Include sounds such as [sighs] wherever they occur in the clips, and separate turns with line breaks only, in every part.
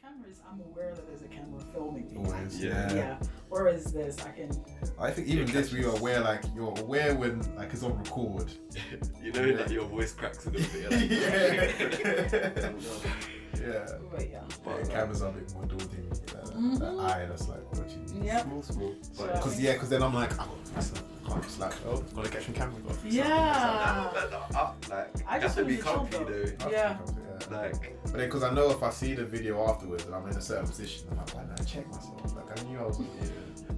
cameras, I'm aware that there's a camera filming me.
Always,
yeah.
yeah.
Whereas this, I can.
I think even this, we were aware, like you're aware when like it's on record. [laughs]
[laughs] you know, like your voice cracks a little bit.
yeah,
You're
yeah. [laughs]
like,
But oh, yeah.
But um, cameras are a bit more daunting. That, that
Mhm.
eye that's like watching.
Yep.
Small, small.
So-
Because yeah, because then I'm like, oh, that's a, can't just like, oh, gotta get some camera. off.
Yeah.
like,
I
you have
just
to be
wanted to
comfy
chill,
though.
Yeah.
Like,
But then, because I know if I see the video afterwards and I'm in a certain position, I'm like, why didn't I check myself? Like, I knew I was.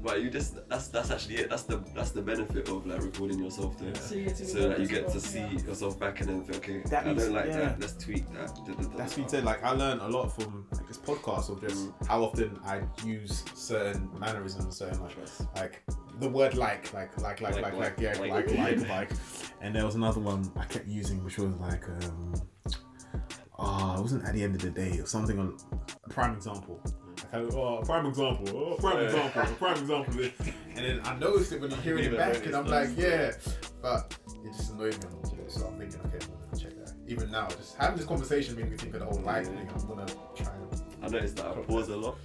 but you just that's that's actually it. That's the that's the benefit of like recording yourself though.
So you get to,
So that you get to see yourself back and then think, okay,
That
I
means-
don't like
yeah.
that. Let's tweak that. Da, da, da,
That's
da.
what you said. Like, I learned a lot from like this podcast of just how often I use certain mannerisms, certain like, like the word like, like, like, like, like,
Like,
like,
like,
yeah,
like.
like, like, like. And there was another one I kept using, which was like, um, oh, it wasn't at the end of the day or something. On a prime example. Like, I- oh, prime example. Oh, prime
Yeah.
example. Prime example. And then I noticed it when I'm hearing it
Even
back,
when
and
it's
I'm
not
like, yeah, but it just annoyed me. a little bit. So I'm thinking, okay, I'm gonna check that. Even now, just having this conversation made me think of the whole life thing. I'm gonna try. And,
I noticed that I pause a lot,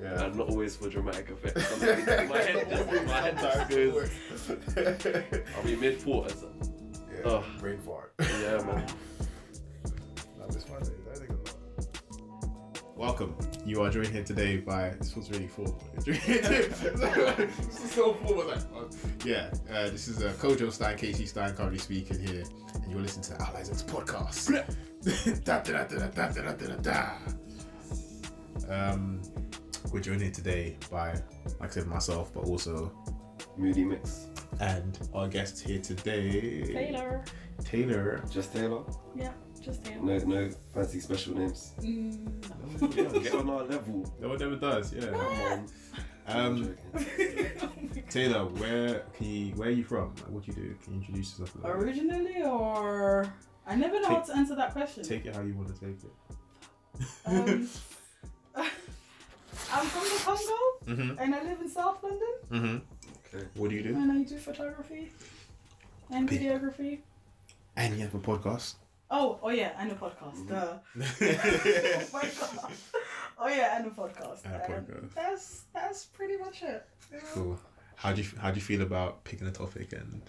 yeah.
and not always for dramatic
[laughs]
effect. Sometimes my head just, my head just goes. I'll be mid thought.
yeah,
Ugh.
brain fart.
Yeah, man.
Not this one, I think I'm not. Welcome. You are joined here today by this was really [laughs] formal. this is so formal. Like, oh. yeah, uh, this is uh, Kojo Stein, Casey Stein currently speaking here, and you're listening to the Allies X podcast. [laughs] da, da, da, da, da, da, da, da, da, da. Um, we're joined here today by, like I said, myself, but also
Moody mix.
and our guest here today,
Taylor.
Taylor.
Just Taylor.
Yeah, just Taylor.
No, no fancy special names.
Mm, no. [laughs]
Get on our level.
No one ever does. Yeah.
Come on.
[laughs] Um,
I'm joking.
Taylor, where can you, where are you from? Like, what do you do? Can you introduce yourself?
Oh,
A little bit?
Originally, or I never know how to answer that question.
Take it how you want to take it.
Um, [laughs] I'm from the Congo,
[laughs] Mm-hmm.
and I live in South London,
Mm-hmm.
Okay.
What do you do?
and I do photography and
Pe-
videography.
And you have a podcast.
Oh, oh yeah, and a
Mm-hmm.
podcast. Duh. oh my god. Oh yeah, and a podcast.
And a
Um,
podcast.
that's that's pretty much it. Um, Yeah.
Cool. How do you how do you feel about picking a topic and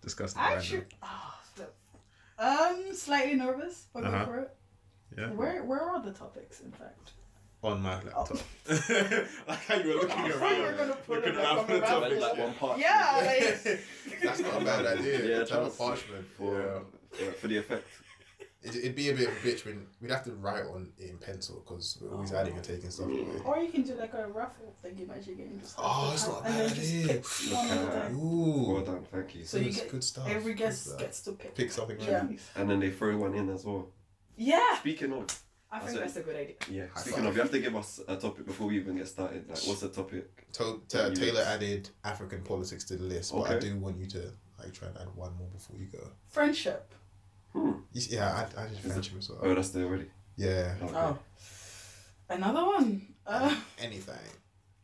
discussing it?
Actually, ah, flip. Um, slightly nervous, but
Uh-huh.
go for it.
right now? yeah.
Where where are the topics? In fact,
On my laptop. [laughs] like how you were
Oh.
looking
I
around.
thought you were gonna pull
looking
it up
around
on
the
the
topic.
Like, like one part.
yeah, like,
That's not
[laughs]
a bad idea.
[laughs] Yeah,
Type of
that's-
parchment.
For, for, for the effect.
It, uh, it'd be a bit of a bitch when we'd have to write on it in pencil because we're
Oh.
always adding and taking stuff away.
or you can do like a raffle thing. You might get just
Oh, it's not a
and
bad
then just
idea.
pick one
Okay.
of them.
Well
Ooh,
done, thank you.
So you
that's
get-
good stuff.
Every
Good
guest
stuff.
gets to pick.
pick something.
Yeah.
random.
And then they throw one in as well.
Yeah,
Speaking of,
I think
That's it.
that's a good idea.
yeah.
High
Speaking
five.
of, you have to give us a topic before we even get started. Like, what's the topic?
To- Ta-
You-
Taylor added African politics to the list, but I
Okay.
do want you to like try and add one more before you go.
Friendship.
Hmm.
You see- Yeah, I, I did
it-
friendship as well.
Oh, that's there already.
Yeah,
Okay.
Oh, another one. Uh,
anything.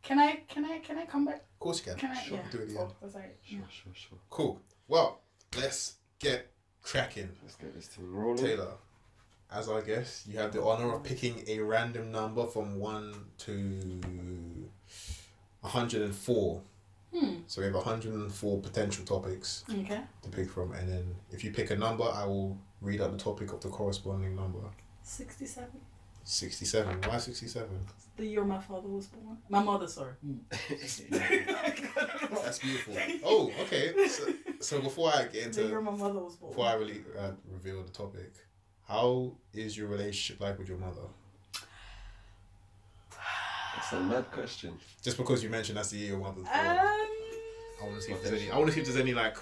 can I can I can I come back?
Of course you can.
Can I?
Sure,
yeah.
do it again.
Oh, that's alright.
Sure, sure, sure.
Cool. Well, let's get cracking.
Let's get this thing rolling.
Taylor, as our guest, you have the honor of picking a random number from 1 to 104.
Hmm.
So we have 104 potential topics
Okay.
to pick from, and then if you pick a number, I will read out the topic of the corresponding number.
67.
67. Why 67?
The year my father was born. My mother, [laughs] sorry.
[laughs]
That's beautiful. Oh, okay. So, so before I get
the year
into,
my mother was born.
before I really uh, reveal the topic, how is your relationship like with your mother?
That's a mad question.
Just because you mentioned that's the year your mother's born.
Um,
I want to see if there's any. I want to see if there's any like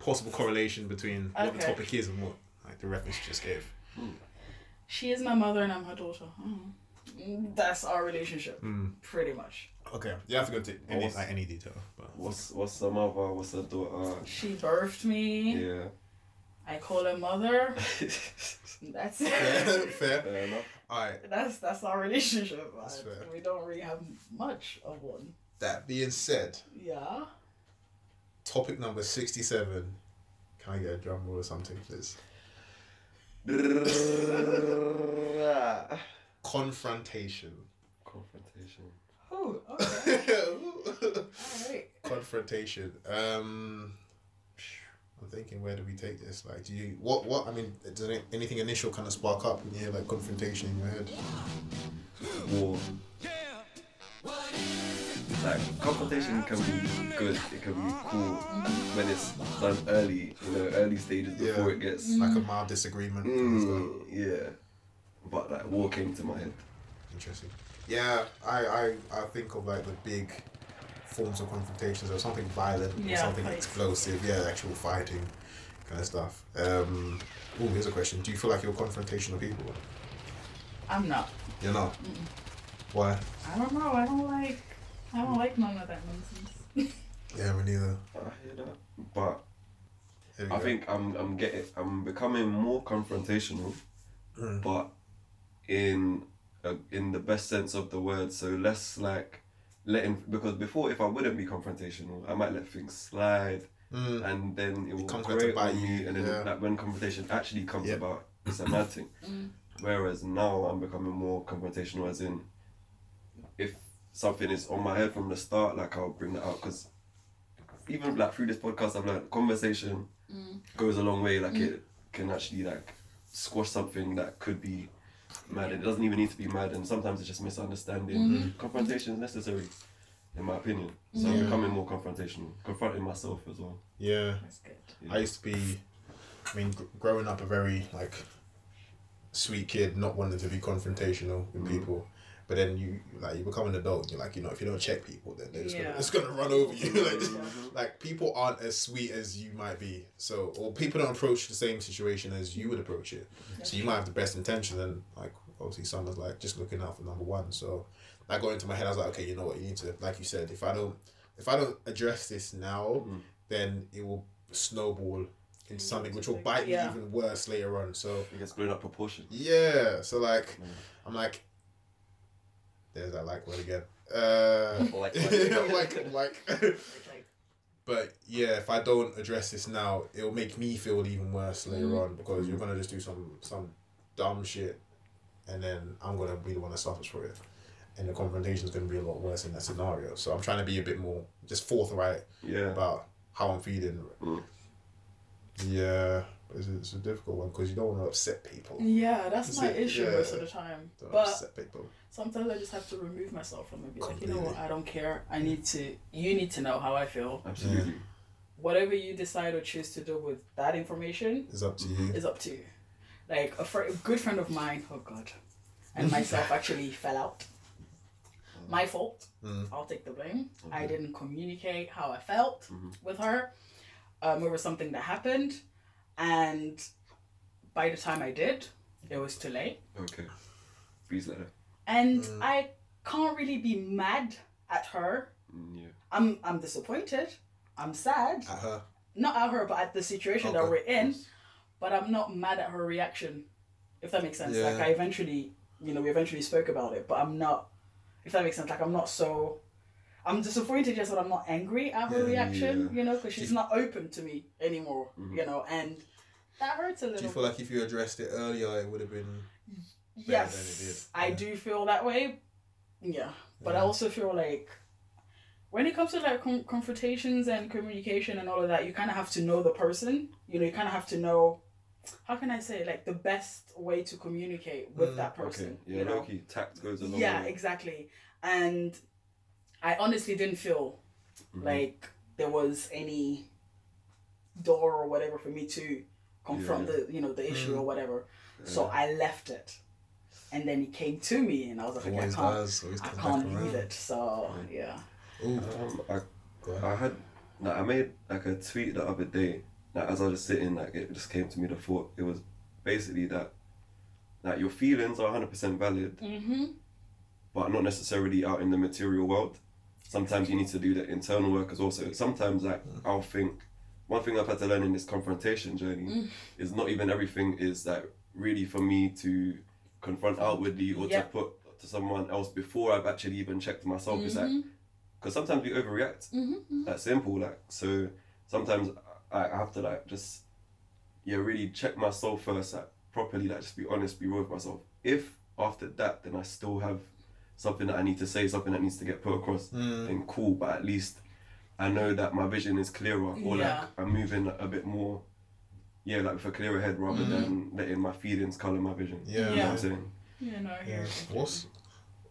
possible correlation between what the
Okay.
topic is and what like the reference you just gave.
she is my mother and I'm her daughter. Mm. That's our relationship,
Hmm.
pretty much.
Okay, you have to go into
any-
like any detail. But
What's what's the mother? What's the daughter?
She birthed me.
Yeah.
I call her mother.
[laughs]
That's
fair,
it.
fair.
Fair enough.
All
[laughs]
right.
That's that's our relationship.
That's
man.
fair.
We don't really have much of one.
That being said,
Yeah.
topic number sixty-seven. Can I get a drum roll or something, please? confrontation. [laughs]
Confrontation.
Oh, okay. All right.
confrontation. Um, I'm thinking, where do we take this? Like, do you what what? I mean, does any- anything initial kind of spark up when you hear like confrontation in your head?
War. Like confrontation can be good, it can be cool when it's done early, you know, early stages
Yeah.
before it gets
Like a mild disagreement. kind of stuff.
Mm, yeah. But like war came to my head.
Interesting. Yeah, I, I I think of like the big forms of confrontations or something violent or
Yeah,
something
fights.
explosive. Yeah, actual fighting kind of stuff. Um, oh, here's a question. Do you feel like you're confrontational people?
I'm not.
You're not. Why?
I don't know. I don't like. I don't like none of that nonsense. [laughs]
Yeah, me neither.
I hear that. But
Here we
I
go.
think I'm I'm getting I'm becoming more confrontational,
Mm.
but in a, uh, in the best sense of the word. So less like letting because before if I wouldn't be confrontational, I might let things slide,
Mm.
and then it will
comes back to
grate
bite
on
you,
you, and then
yeah.
like, when confrontation actually comes
Yeah.
about, it's a mad thing. Whereas now I'm becoming more confrontational, as in, if something is on my head from the start, like I'll bring that out because even like through this podcast, I've learned conversation goes a long way. Like it can actually like squash something that could be mad. and It doesn't even need to be mad, and sometimes it's just misunderstanding.
Mm-hmm.
Confrontation is necessary, in my opinion. So
Yeah.
I'm becoming more confrontational, confronting myself as well.
Yeah.
That's good.
I used to be, I mean, gr- growing up a very like sweet kid, not wanting to be confrontational
Mm.
with people. But then you like you become an adult. And you're like you know if you don't check people, then they're just gonna,
Yeah.
it's gonna run over you. [laughs] like,
Mhm.
like people aren't as sweet as you might be. So or people don't approach the same situation as you would approach it. So you might have the best intention, and like obviously someone's like just looking out for number one. So that got into my head. I was like, okay, you know what? You need to like you said. If I don't if I don't address this now,
Mm.
then it will snowball into something which will bite
Yeah.
me even worse later on. So
It gets blown up proportion.
yeah. So like
Mm.
I'm like, there's that like word again. Uh, [laughs]
Like,
like like. [laughs]
Like,
But yeah, if I don't address this now, it'll make me feel even worse
Mm.
later on because you're gonna just do some some dumb shit, and then I'm gonna be the one that suffers for it, and the confrontation's gonna be a lot worse in that scenario. So I'm trying to be a bit more just forthright
yeah.
about how I'm feeling.
Mm.
Yeah, it's, it's a difficult one because you don't want to upset people.
yeah, that's
Is
my
it-
issue
yeah.
most of the time.
Don't
Mm. But
upset people.
sometimes I just have to remove myself from it. Be like, you know what?
Completely.
I don't care. I need to. You need to know how I feel.
Absolutely.
Whatever you decide or choose to do with that information
It's up to you.
is up to you. Like a, fr- a good friend of mine. Oh God. And
[laughs]
myself actually fell out. My fault.
Mm.
I'll take the blame. I didn't communicate how I felt
Mm-hmm.
Mhm.
with her um, over something that happened. And by the time I did, it was too late.
Okay. Freeze letter.
And
Mm.
I can't really be mad at her.
Mm, yeah.
I'm, I'm disappointed. I'm sad.
At her.
Not at her, but at the situation that
Okay.
we're in. But I'm not mad at her reaction, if that makes sense.
Yeah.
Like, I eventually, you know, we eventually spoke about it, but I'm not, if that makes sense, like, I'm not so. I'm disappointed, yes, but I'm not angry at her
Yeah, Mm-hmm.
reaction,
yeah.
you know, because she's not open to me anymore, you know, and that hurts a little.
Do you feel like if you addressed it earlier, it would have been? better than it is?
yes, I
Yeah.
do feel that way. Yeah, but I
Yeah.
also feel like when it comes to like con- confrontations and communication and all of that, you kind of have to know the person. You know, you kind of have to know. How can I say like the best way to communicate with
Mm,
that
Okay.
person?
Yeah.
you know?
Loki tact goes a long
yeah,
way.
exactly. And I honestly didn't feel
Mm-hmm.
like there was any door or whatever for me to confront
Yeah.
the you know the issue
Mm.
or whatever. So
Yeah.
I left it, and then he came to me, and I was like, okay, I
Always
can't,
does. Always
I
comes back
can't leave
around.
it. So yeah,
Ooh,
Um, I,
go ahead.
I had like I made like a tweet the other day. Like as I was just sitting, like it just came to me the thought. It was basically that like your feelings are hundred percent valid,
mm-hmm.
but not necessarily out in the material world. Sometimes you need to do the internal work as well. So sometimes like I'll think one thing I've had to learn in this confrontation journey is not even everything is like really for me to confront outwardly or
Yeah.
to put to someone else before I've actually even checked myself. It's
mm-hmm,
like because sometimes we overreact. That's simple. Like so, sometimes I, I have to like just yeah really check myself first, like properly, like just be honest, be real with myself. If after that, then I still have something that I need to say, something that needs to get put across,
Mm.
then cool. But at least I know that my vision is clearer, or
Yeah.
like I'm moving a bit more, yeah, like with a clearer head rather
Mm.
than letting my feelings color my vision.
Yeah.
Mm-hmm.
You know what
Yeah.
I'm saying?
Yeah, no, I hear
Yeah.
you completely.
What's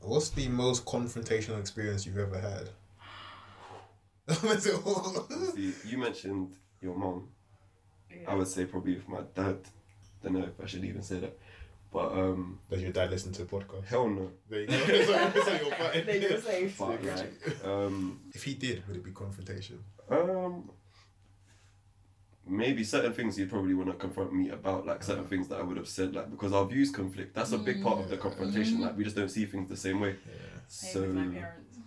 What's the most confrontational experience you've ever had? [laughs] That's it all.
See, you mentioned your mom.
Yeah.
I would say probably with my dad. Don't know if I should even say that, but um,
Does your dad listen to the podcast?
hell no.
There you go. [laughs] It's like- it's like you're fine. [laughs]
Then you're safe.
But like, [laughs] um,
If he did, would it be confrontation?
Um, maybe certain things you'd probably want to confront me about, like certain things that I would have said, like because our views conflict. That's a big part of the confrontation. Like we just don't see things the same way.
Yeah.
Mm, mm-hmm. Same with my
So
parents.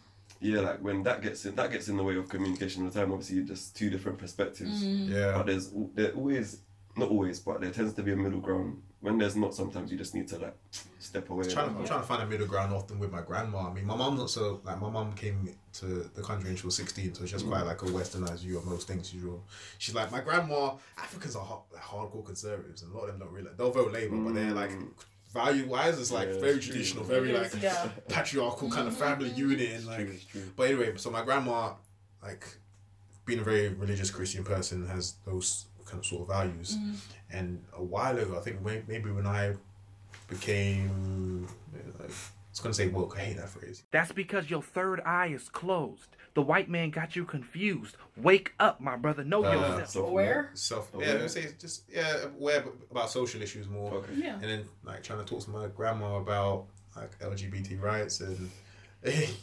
yeah, like when that gets in, that gets in the way of communication all the time. Obviously, just two different perspectives.
Mm-hmm.
But
Yeah.
there's al- there always not always, but there tends to be a middle ground. When there's not, sometimes you just need to like step away.
I'm trying, to, I'm trying to find a middle ground often with my grandma. I mean, my mum's not so like my mum came to the country when she was 16, so she has
Mm.
quite like a westernized view of most things. Usual. She's like my grandma. Africans are hard, like, hardcore conservatives, and a lot of them don't really. They'll vote Labour, but they're like
Mm.
value wise, it's like
Yeah,
very
it's true.
traditional, very
It
like
is,
[laughs]
[laughs]
yeah.
patriarchal kind of family unit, and like
It's true.
But anyway, so my grandma, like, being a very religious Christian person, has those kind of sort of values.
Mm.
And a while ago, I think may- maybe when I became, like, I was gonna say woke. I hate that phrase.
That's because your third eye is closed. The white man got you confused. Wake up, my brother. Know
Uh,
yourself.
So from
Aware?
Self.
Aware.
Yeah, I would say it's just yeah, aware ab- about social issues more.
that- Okay.
Yeah.
And then like trying to talk to my grandma about like LGBT rights and [laughs]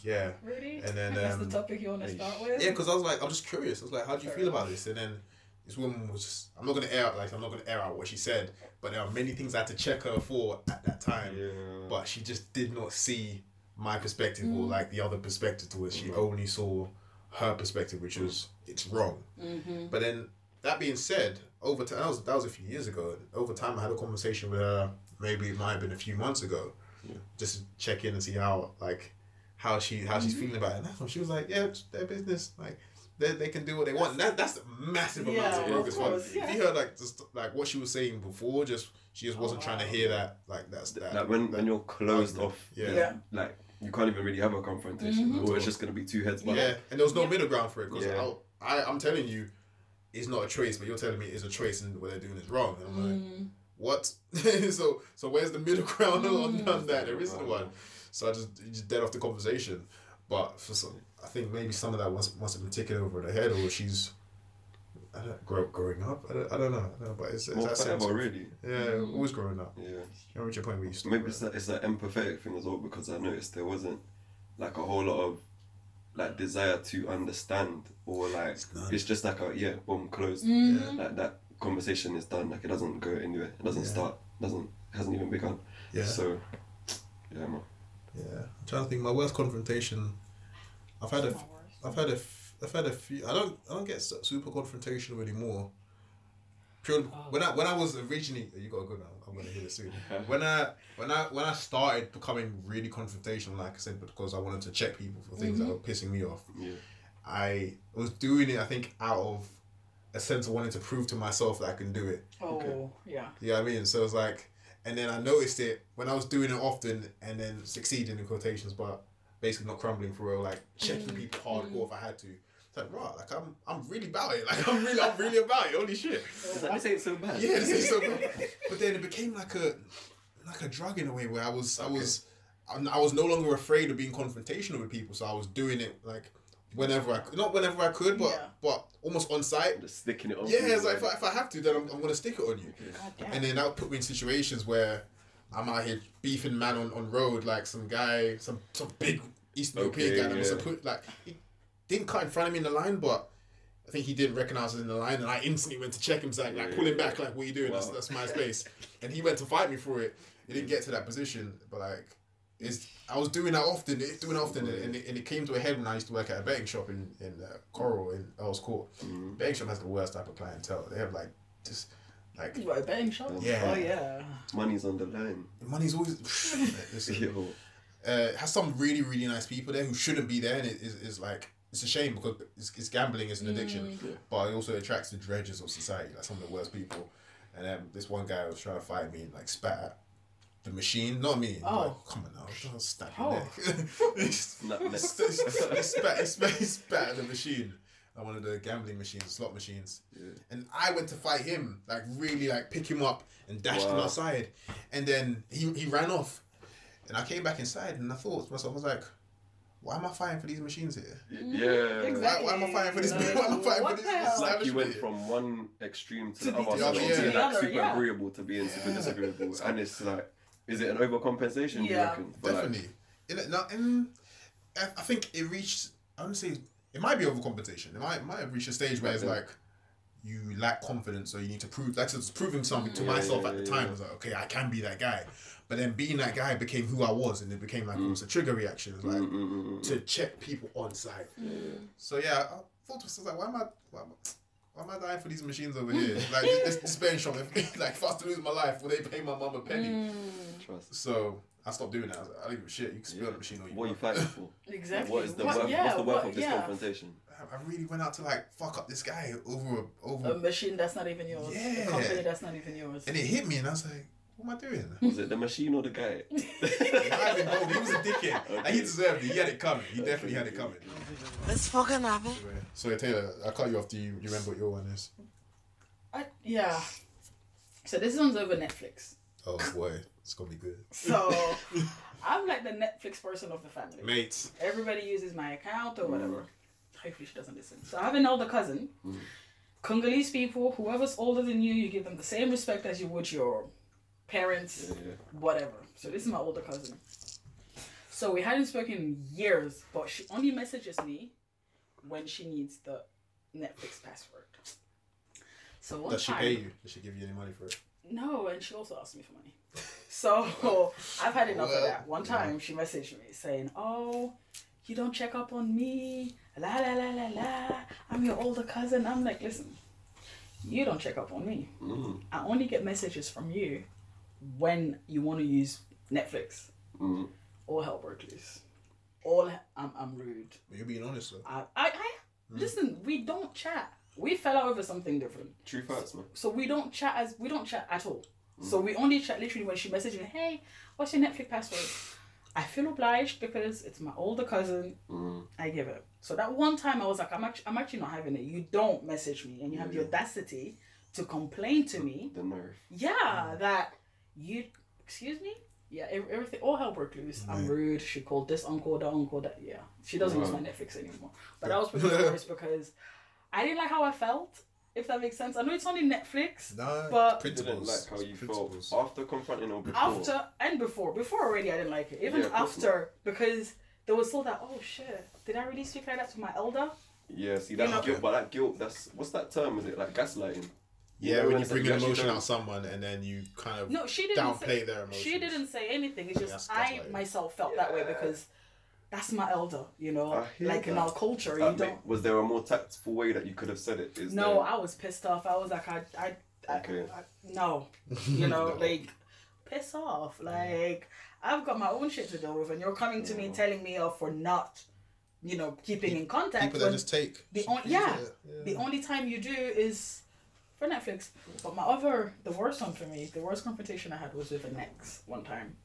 yeah.
Really?
And then,
that's
um,
the topic you want to
hey,
start with?
Yeah, because I was like, I was just curious. I was like, how do you
Fair
feel about this? And then this woman was just, I'm not gonna air out, like, I'm not gonna air out what she said, but there are many things I had to check her for at that time.
Yeah.
But she just did not see my perspective or like the other perspective to it. She
Mm.
only saw her perspective, which was it's wrong.
Mm-hmm.
But then that being said, over time that was that was a few years ago. Over time, I had a conversation with her. Maybe it might have been a few months ago,
Yeah.
just to check in and see how like how she how
Mm-hmm.
she's feeling about it. And she was like, "Yeah, it's their business. Like they, they can do what they want." And that that's a massive amount
Yeah,
of
of
progress. Well,
course, yeah.
If you heard like just like what she was saying before, just she just wasn't
Oh,
trying to
wow.
hear that. Like that's that.
like when, when you're closed
Yeah.
off
Yeah.
Yeah.
like you can't even really have a confrontation
Mhm.
or it's just going to be two heads but
yeah, and there was no
Yeah.
middle ground for it because
Yeah.
I, I I'm telling you, it's not a choice, but you're telling me it's a choice, and what they're doing is wrong. And I'm like.
Mm-hmm.
what? [laughs] so so where's the middle ground on, on that? There isn't one. So I just, you just dead off the conversation. But for some, I think maybe some of that was must have been taken over the head, or she's I don't, grow, growing up. I don't, I don't know. I don't know, but it's, it's
Well,
that sense.
forever
of-
really
Yeah, always growing up.
yeah
You know, reach a point where you
So
stop.
maybe it's that it's that empathetic thing as well because I noticed there wasn't like a whole lot of like desire to understand or like it's,
not.
just like a yeah boom closed like that conversation is done like it doesn't go anywhere it doesn't
Yeah.
start doesn't hasn't even begun
Yeah.
so yeah man
Yeah, I'm trying to think. My worst confrontation, I've had a, I've had a, f- I've had a few. I don't, I don't get su- super confrontational anymore. Purely when I when I was originally, you gotta go now. I'm gonna hear it soon. When I when I when I started becoming really confrontational, like I said, because I wanted to check people for things that were pissing me off.
yeah
I was doing it, I think, out of a sense of wanting to prove to myself that I can do it.
Oh, yeah.
You know what I mean? So it's like, and then I noticed it when I was doing it often and then succeeding in quotations, but basically not crumbling for real, like checking people hardcore if I had to. It's like, right, like I'm, I'm really about it. [laughs] Like I'm really, I'm really about it. Holy shit.
this ain't so bad [laughs]
Yeah, this is so bad. But then it became like a, like a drug in a way where I was, I was, I'm- I was no longer afraid of being confrontational with people. So I was doing it like whenever I could, not whenever I could, but,
Yeah.
but almost on site.
just sticking it on
Yeah, it's like if I, if I have to, then I'm, I'm gonna stick it on you.
God damn.
And then that would put me in situations where I'm out here beefing man on, on road, like some guy, some some big East European
Okay,
guy that must
yeah.
have put like he didn't cut in front of me in the line, but I think he didn't recognize us in the line, and I instantly went to check him, like, like pull him back, like what are you doing? That's
Wow.
that's my space. and he went to fight me for it. He didn't get to that position, but like. It's, I was doing that often, it- doing that often, and it, and it came to a head when I used to work at a betting shop in, in uh, Coral in Earls Court.
Mm-hmm.
Betting shop has the worst type of clientele. They have like just like
You got a betting shop?
Yeah.
Oh, yeah.
money's on the line
the money's always. [laughs] Listen,
[laughs] Yo.
uh, has some really really nice people there who shouldn't be there, and it is is like it's a shame because it's, it's gambling is an addiction, but it also attracts the dredges of society, like some of the worst people. And um, this one guy was trying to fight me and like spat. At. The machine, not me.
Oh.
Like, come on now, don't stab your
Oh.
neck. [laughs] he
Not
spat,
neck.
he spat, he spat- he spat at the machine. Like one of the gambling machines, slot machines. And I went to fight him, like really like pick him up and dashed him
Wow.
outside. And then he, he ran off. And I came back inside and I thought to myself, I was like, why am I fighting for these machines here?
[laughs] Yeah.
Exactly.
Why, why am I fighting for this?
Like,
[laughs] why am I fighting
what
for this?
the hell?
It's like you
establishment
went
here?
from one extreme to,
To
the
the
other.
other,
so
yeah.
it's
Yeah.
like super
Yeah.
agreeable to being super
Yeah.
disagreeable, and it's like, is it an overcompensation? do you
Yeah.
reckon? For, like-
Definitely. In it, now, in, I I think it reached. I would say it might be overcompensation. It might it might have reached a stage where it's
Okay.
like you lack confidence, or you need to prove. Like it's proving something to
Yeah,
myself
yeah,
at the
yeah,
time.
yeah.
I was like, okay, I can be that guy. But then being that guy became who I was, and it became like almost a trigger reaction. It's like
Mm, mm, mm, mm.
to check people on side. So yeah, I thought to myself like, why am I? Why am I why am I dying for these machines
[laughs]
over here? Like this, this betting shop, if, [laughs] like if I was to lose my life, will they pay my mum a penny?
Mm. Trust.
So I stopped doing that. I, was like, I don't give a shit. You can spill the machine all you
What are you
want.
fighting
[laughs]
for?
Exactly.
What is the
What-
worth?
yeah,
what's the worth
what-
of this
yeah.
confrontation?
I- I really went out to like fuck up this guy over a, over,
Um,
A machine that's not even yours.
Yeah.
A company that's not even yours.
and it hit me, and I was like, what am I
[laughs]
doing?
Was it the machine or the guy?
[laughs]
I didn't know. He was a dickhead. Like, he
Okay.
deserved it. He had it coming. He definitely had it coming.
Let's fucking have it.
So Taylor, I cut you off. Do you, you remember what your one is?
I, yeah. So this one's over Netflix.
Oh boy, it's gonna be good, [laughs]
So I'm like the Netflix person of the family.
mate.
Everybody uses my account or whatever.
Mm.
Hopefully she doesn't listen. So I have an older cousin. Congolese people, whoever's older than you, you give them the same respect as you would your parents,
Yeah, yeah.
whatever. So this is my older cousin. So we hadn't spoken in years, but she only messages me when she needs the Netflix password. So one
Does she
time,
pay you? Does she give you any money for it?
no, and she also asked me for
[laughs]
money. So I've had enough of that. One time she messaged me saying, Oh, you don't check up on me. La la la la la. I'm your older cousin. I'm like, Listen, you don't check up on me.
Mm,
I only get messages from you when you want to use Netflix
mm.
or help Berkeley's. All I'm, I'm rude.
But you're being honest though.
I, I, I
Mm.
listen, we don't chat. We fell out over something different.
True facts, man.
So we don't chat as we don't chat at all. So we only chat literally when she messaged me, "Hey, what's your Netflix password?" I feel obliged because it's my older cousin.
Mm.
I give it. So that one time I was like, "I'm actually, I'm actually not having it. You don't message me, and you have the audacity to complain to me,
The nerve.
yeah, that you excuse me." Mm. Yeah, ev- everything all hell broke loose.
Mm.
I'm rude. She called this uncle, that uncle, that yeah. She doesn't use my Netflix anymore. But I was pretty
[laughs]
nervous because I didn't like how I felt. If that makes sense. I know it's only Netflix.
No,
But-
principles.
Didn't like how you
principles.
felt Oh, after confronting or before.
after and before before already i didn't like it even
Yeah, of course
after because there was still that oh shit did i really speak like that to my elder
Yeah, see that
You know-
guilt, but that guilt, that's what's that term? Is it like gaslighting?
Yeah,
know,
when you
it's
bring
like
an
actually
emotion
don't-
out someone and then you kind of
no she didn't
downplay
say,
their emotions.
she didn't say anything it's just
That's- that's
i
like-
myself felt that way because that's my elder you know
I hear
like in
that.
our culture
Like,
you
ma-
don't
was there a more tactful way that you could have said it? Is
no
there-
i was pissed off i was like i i, I,
Okay.
I
[laughs]
no you know
No. Mm.
like piss off like i've got my own shit to deal with and you're coming to me telling me off for not you know keeping in contact
People that
when-
just take.
The on-
Things
yeah.
that-
The only time you do is for Netflix. But my other, the worst one for me, the worst confrontation I had was with an ex one time.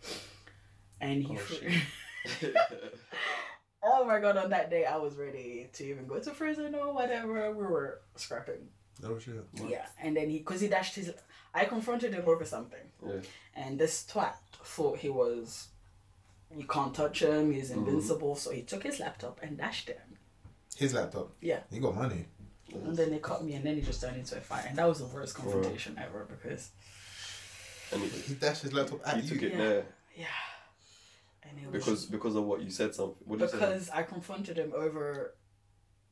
And he.
Oh,
fr-
shit.
[laughs] oh my god, on that day I was ready to even go to prison or whatever. We were scrapping.
No shit.
Yeah. And then he, because he dashed his. I confronted him over something.
Yeah.
And this twat thought he was. You can't touch him, he's invincible. So he took his laptop and dashed him.
His laptop.
Yeah.
He got money.
And then they cut me, and then it just turned into a fight. And that was the worst confrontation ever because,
And it,
He dashed his laptop at
you
you.
took it
Yeah.
there
yeah. And it was
because because of what you said something. What did you say?
because I confronted him over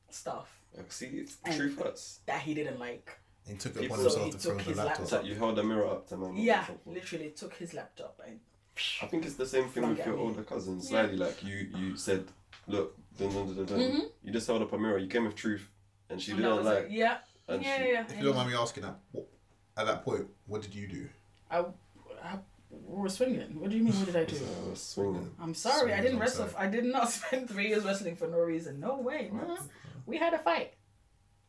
stuff
Like, See, it's
And-
true facts.
that he didn't like.
He took it
People-
upon
So
himself
he
to
took
film the
his
laptop.
It's like you held a mirror up to man. or
Yeah,
something.
literally took his laptop and
I think it's the same thing
Don't
with
get
your
me.
older cousin. Slightly like you you said, look, dun, dun, dun, dun, dun. you just held up a mirror. You came with truth, and she
and Mm-hmm. I
didn't
was
like.
like, yeah,
and
yeah,
she,
yeah.
If you
And
don't mind me asking, that, what, at that point, what did you do?
I, I we were swinging. What do you mean? What did I do?
I was swinging.
I'm sorry, I didn't
I'm
wrestle.
sorry.
I did not [laughs] spend three years wrestling for no reason. No way. No, we had a fight.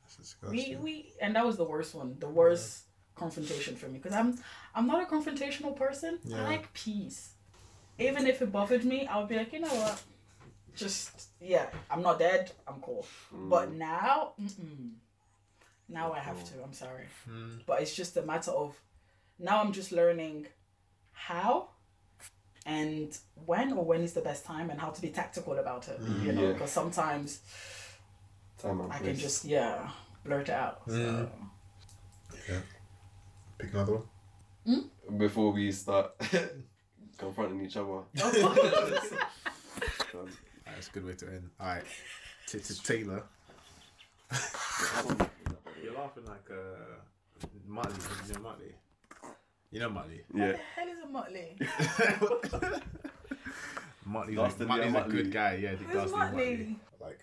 That's
We
disgusting.
we and that was the worst one. The worst confrontation for me because I'm I'm not a confrontational person. I
Yeah.
like peace. Even if it bothered me, I would be like, you know what? Just yeah, I'm not dead. I'm cool. But now, mm-mm. now I have to. I'm sorry, but it's just a matter of now. I'm just learning how and when or when is the best time and how to be tactical about it. You know,
Yeah.
because sometimes
Time and
I can
place.
just yeah blurt it out. So.
Pick another one.
before we start [laughs] confronting each
[laughs]
other. Um,
That's a good way to end. All right. T- to Taylor. [laughs] You're laughing like uh, Motley. You know Motley. You know Motley.
What
yeah.
the hell is a
[laughs]
motley?
Motley's,
Dastardly
a, Motley's
and
a good
Motley.
guy. Yeah, the
Who's
Dastardly Motley.
motley?
Like,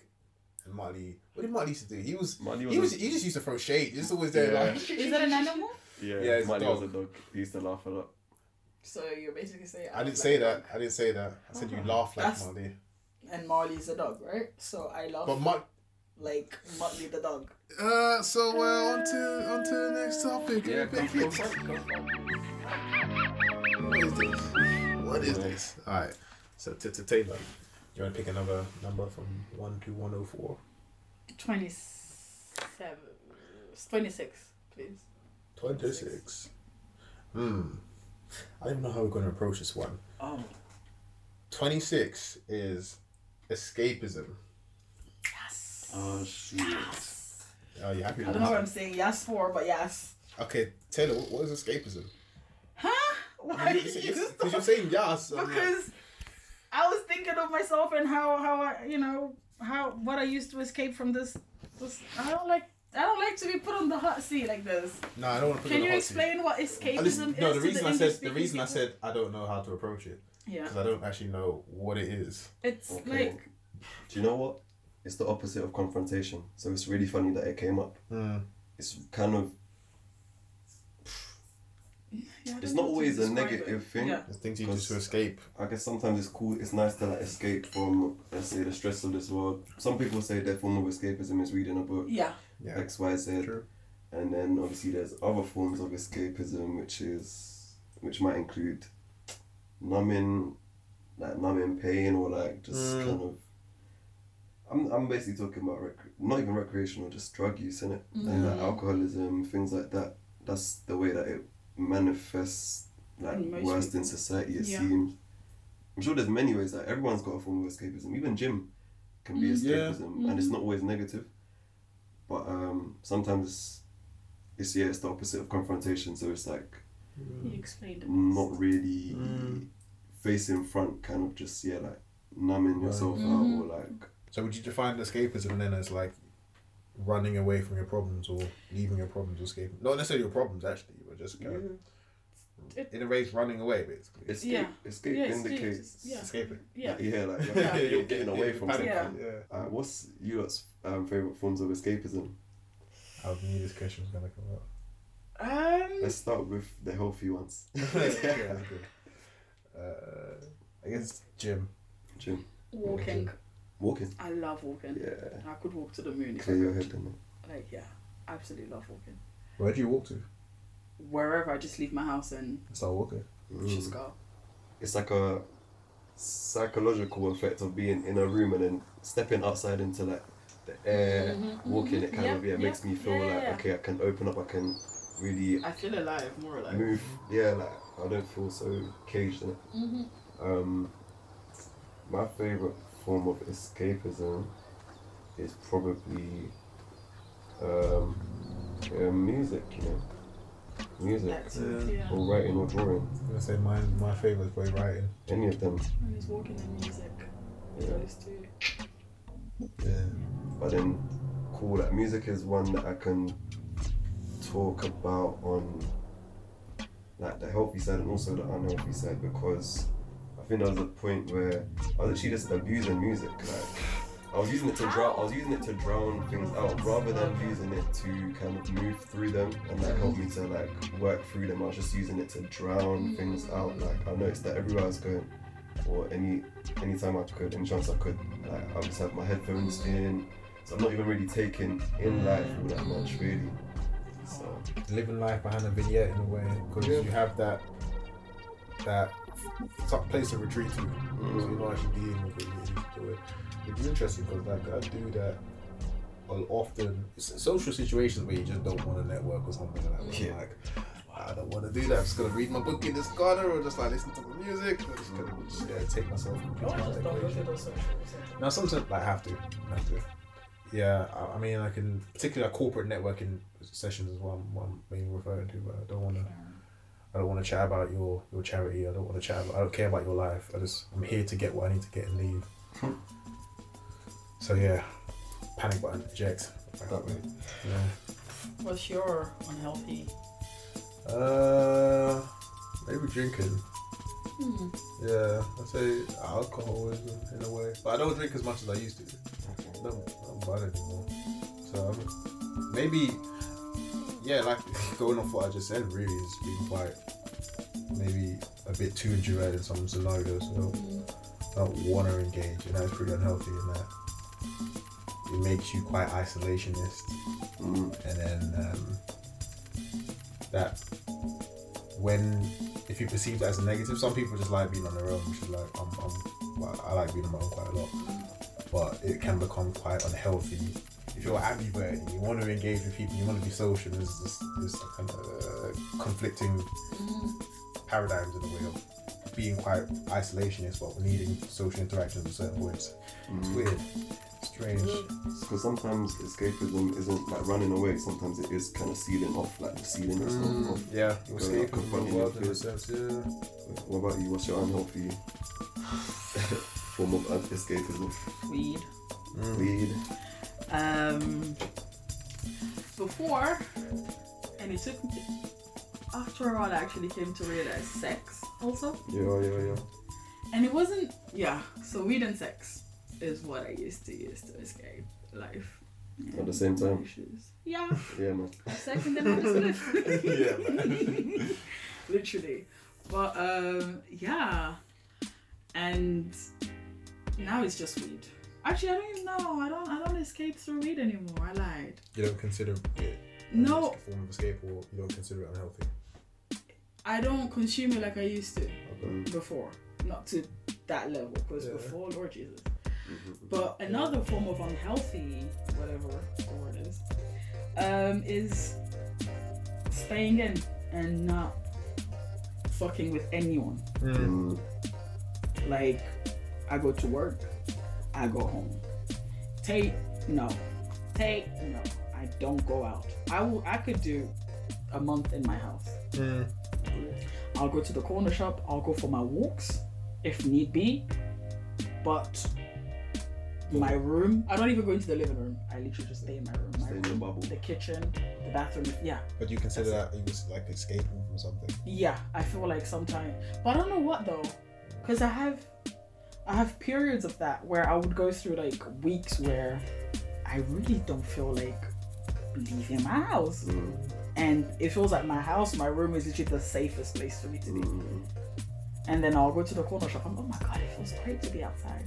and Motley. What did Motley used to do? He was.
Motley
he
was
was.
a-
He just used to throw shade. He just always there.
Yeah.
Like,
Is that an animal?
Yeah,
Yeah, it's a
Manny was a
dog.
dog. He used to laugh a lot.
So you're basically saying
I didn't say that. I didn't say that. I said you laugh like
Uh-huh. That's-
Motley.
And Marley's a dog, right? So I love
But Mot.
like Motley the dog.
Uh, so uh, on to on to the next topic.
[laughs]
[laughs]
Yeah,
What is this? What is this? All right. So to, to Taylor, you want to pick another number from one to one oh four?
Twenty seven, twenty six, please.
Twenty six. Hmm. I don't even know how we're going to approach this one.
Oh,
Twenty six is escapism.
Oh shit.
Are Oh, you happy
I don't
with
know what
that?
I'm saying yes for, but yes.
Okay, Taylor, what, what is escapism?
Huh? Why [laughs] did
Because
you stop?
you're saying yes. I'm like-
because I was thinking of myself and how how I you know how what I used to escape from this this I don't like I don't like to be put on the hot seat like this.
no, I don't want to put
Can
in
you
the hot seat.
explain what escapism
I listen,
is?
no,
to
the reason I said the
English-speaking
reason I
people?
said I don't know how to approach it
yeah,
because I don't actually know what it is.
it's
Okay.
like
Do you know what? It's the opposite of confrontation. So it's really funny that it came up. It's kind of
yeah, I don't
it's
know
not
how to
always a
describe
negative
it.
thing.
Yeah.
The things you do
Because-
to escape.
I guess sometimes it's cool. It's nice to like escape from, let's say, the stress of this world. Some people say their form of escapism is reading a book.
yeah,
Yeah.
X, Y, Z.
True.
And then obviously there's other forms of escapism, which is which might include numbing, like numbing pain or like just
Mm.
kind of. I'm I'm basically talking about rec- not even recreational, just drug use, innit? And
Mm.
like alcoholism, things like that. That's the way that it manifests, like
In most
worst
people.
in society. It
Yeah.
seems. I'm sure there's many ways that everyone's got a form of escapism. Even gym can be
Mm. Yeah.
escapism, and
Mm.
it's not always negative. But um, sometimes it's, it's yeah, it's the opposite of confrontation. So it's like
you explained it.
not really
Mm.
face in front, kind of just yeah, like numbing yourself
Mm-hmm.
out or like
So would you define escapism then as like running away from your problems or leaving your problems or escaping? Not necessarily your problems actually, but just kind of
Mm-hmm. It-
in a race running away basically.
escape,
Yeah.
escape
Yeah, escape,
indicates
yeah.
Escaping.
Yeah,
like, [laughs] yeah,
[laughs]
like you're,
Yeah.
you're getting away
Yeah.
from
Yeah.
something.
Yeah.
Uh, what's your um, favorite forms of escapism?
I knew this question was gonna come up.
[laughs]
um,
Let's start with the healthy ones.
[laughs] yeah, that's good. Uh, I guess gym.
[laughs] Gym,
walking.
walking.
I love walking.
Yeah,
I could walk to the moon. if I
clear your head, innit?
like yeah absolutely love walking
Where do you walk to?
wherever i just leave my house and
Start walking.
Mm.
just go
it's like a psychological effect of being in a room and then stepping outside into like the air,
Mm-hmm,
walking. It kind
Yeah,
of yeah,
yeah,
makes me feel
yeah, yeah,
like
yeah.
okay, I can open up. I can really
i feel alive more alive
move. Yeah, like I don't feel so caged in it.
Mm-hmm.
Um, my favorite form of escapism is probably um, yeah, music. You know, music.
that's it yeah
Or writing or drawing,
I'm gonna say my my favorite is probably writing.
any of them.
and it's walking and music those two
Yeah. But then, cool. That music is one that I can talk about on like the healthy side and also the unhealthy side because I think there was a point where I was actually just abusing music. Like I was using it to drown. I was using it to drown things out rather than using it to kind of move through them and like help me to like work through them. I was just using it to drown things out. Like I noticed that everywhere I was going, or any any time I could, any chance I could, like I just have my headphones in. So I'm not even really taking in life all that much really.
So
living life behind a vignette in a way because you have that that some place to retreat to.
Mm.
So you're not actually dealing with it. You just do it. It's interesting because like I do that o- often. It's in social situations where you just don't want to network or something like that. where you're Like I don't want to do that. I'm just gonna read my book in this corner or just like listen to the music. I'm just gonna just, yeah, take myself.
I always just don't
completely out of the
go
equation.
to those socials.
Now sometimes I have to, I have to. Yeah, I, I mean, I can particularly like, corporate networking sessions is what I'm, what I'm mainly referring to. But I don't want to. I don't want to chat about your your charity. I don't want to chat. About, I don't care about your life. I just I'm here to get what I need to get and leave. so yeah, panic button eject.
That way.
Yeah.
What's your unhealthy?
Uh, maybe drinking.
Hmm.
Yeah, I'd say alcoholism in a way. But I don't drink as much as I used to. I don't, I don't bother anymore. So um, maybe, yeah, like [laughs] going off what I just said, really, is being quite maybe a bit too endurant in some scenarios. So I don't, I don't want to engage, and that's pretty unhealthy in that. It makes you quite isolationist,
Mm.
and then um, that when if you perceive that as a negative, some people just like being on their own, which is like I'm, I'm well, I like being on my own quite a lot, but it can become quite unhealthy. If you're ambivert and you want to engage with people, you want to be social. There's this, this kind of uh, conflicting paradigms in the way of being quite isolationist, but needing social interactions at certain points. It's weird, strange.
Because sometimes escapism isn't like running away. Sometimes it is kind of sealing off, like sealing yourself
Mm.
off.
Yeah, you're
Going out
escaping from the
confronting
world in a
your
sense. Yeah.
What about you? What's your unhealthy form of un- escapism?
Weed.
Weed.
Um, before, and it took me after a while. I actually came to realize sex also,
Yeah, yeah, yeah.
and it wasn't. Yeah, so weed and sex is what I used to use to escape life.
At the same time.
Issues. Yeah,
Yeah, man.
sex and then I just live.
yeah, man.
literally. But um, yeah, and now it's just weed. Actually, I don't even know. I don't. I don't escape through weed anymore. I lied.
You don't consider it
No,
a form of escape, or you don't consider it unhealthy.
I don't consume it like I used to
Mm.
before. Not to that level, because
Yeah.
before, Lord Jesus. But another form of unhealthy, whatever the word is, um, is staying in and not fucking with anyone.
Mm.
Like, I go to work, I go home. Tate, no. Tate, no. I don't go out. I will. I could do a month in my house. I'll go to the corner shop. I'll go for my walks, if need be. But my room, I don't even go into the living room. I literally just stay in my room. My
Stay in your
room,
bubble.
the kitchen, the bathroom. Yeah,
But you consider that you was like escaping from something.
yeah. I feel like sometimes, but I don't know what though, because I have, I have periods of that where I would go through like weeks where I really don't feel like leaving my
mm,
house, and it feels like my house, my room is literally the safest place for me
mm,
to be. and then I'll go to the corner shop. I'm oh my god, it feels great to be outside.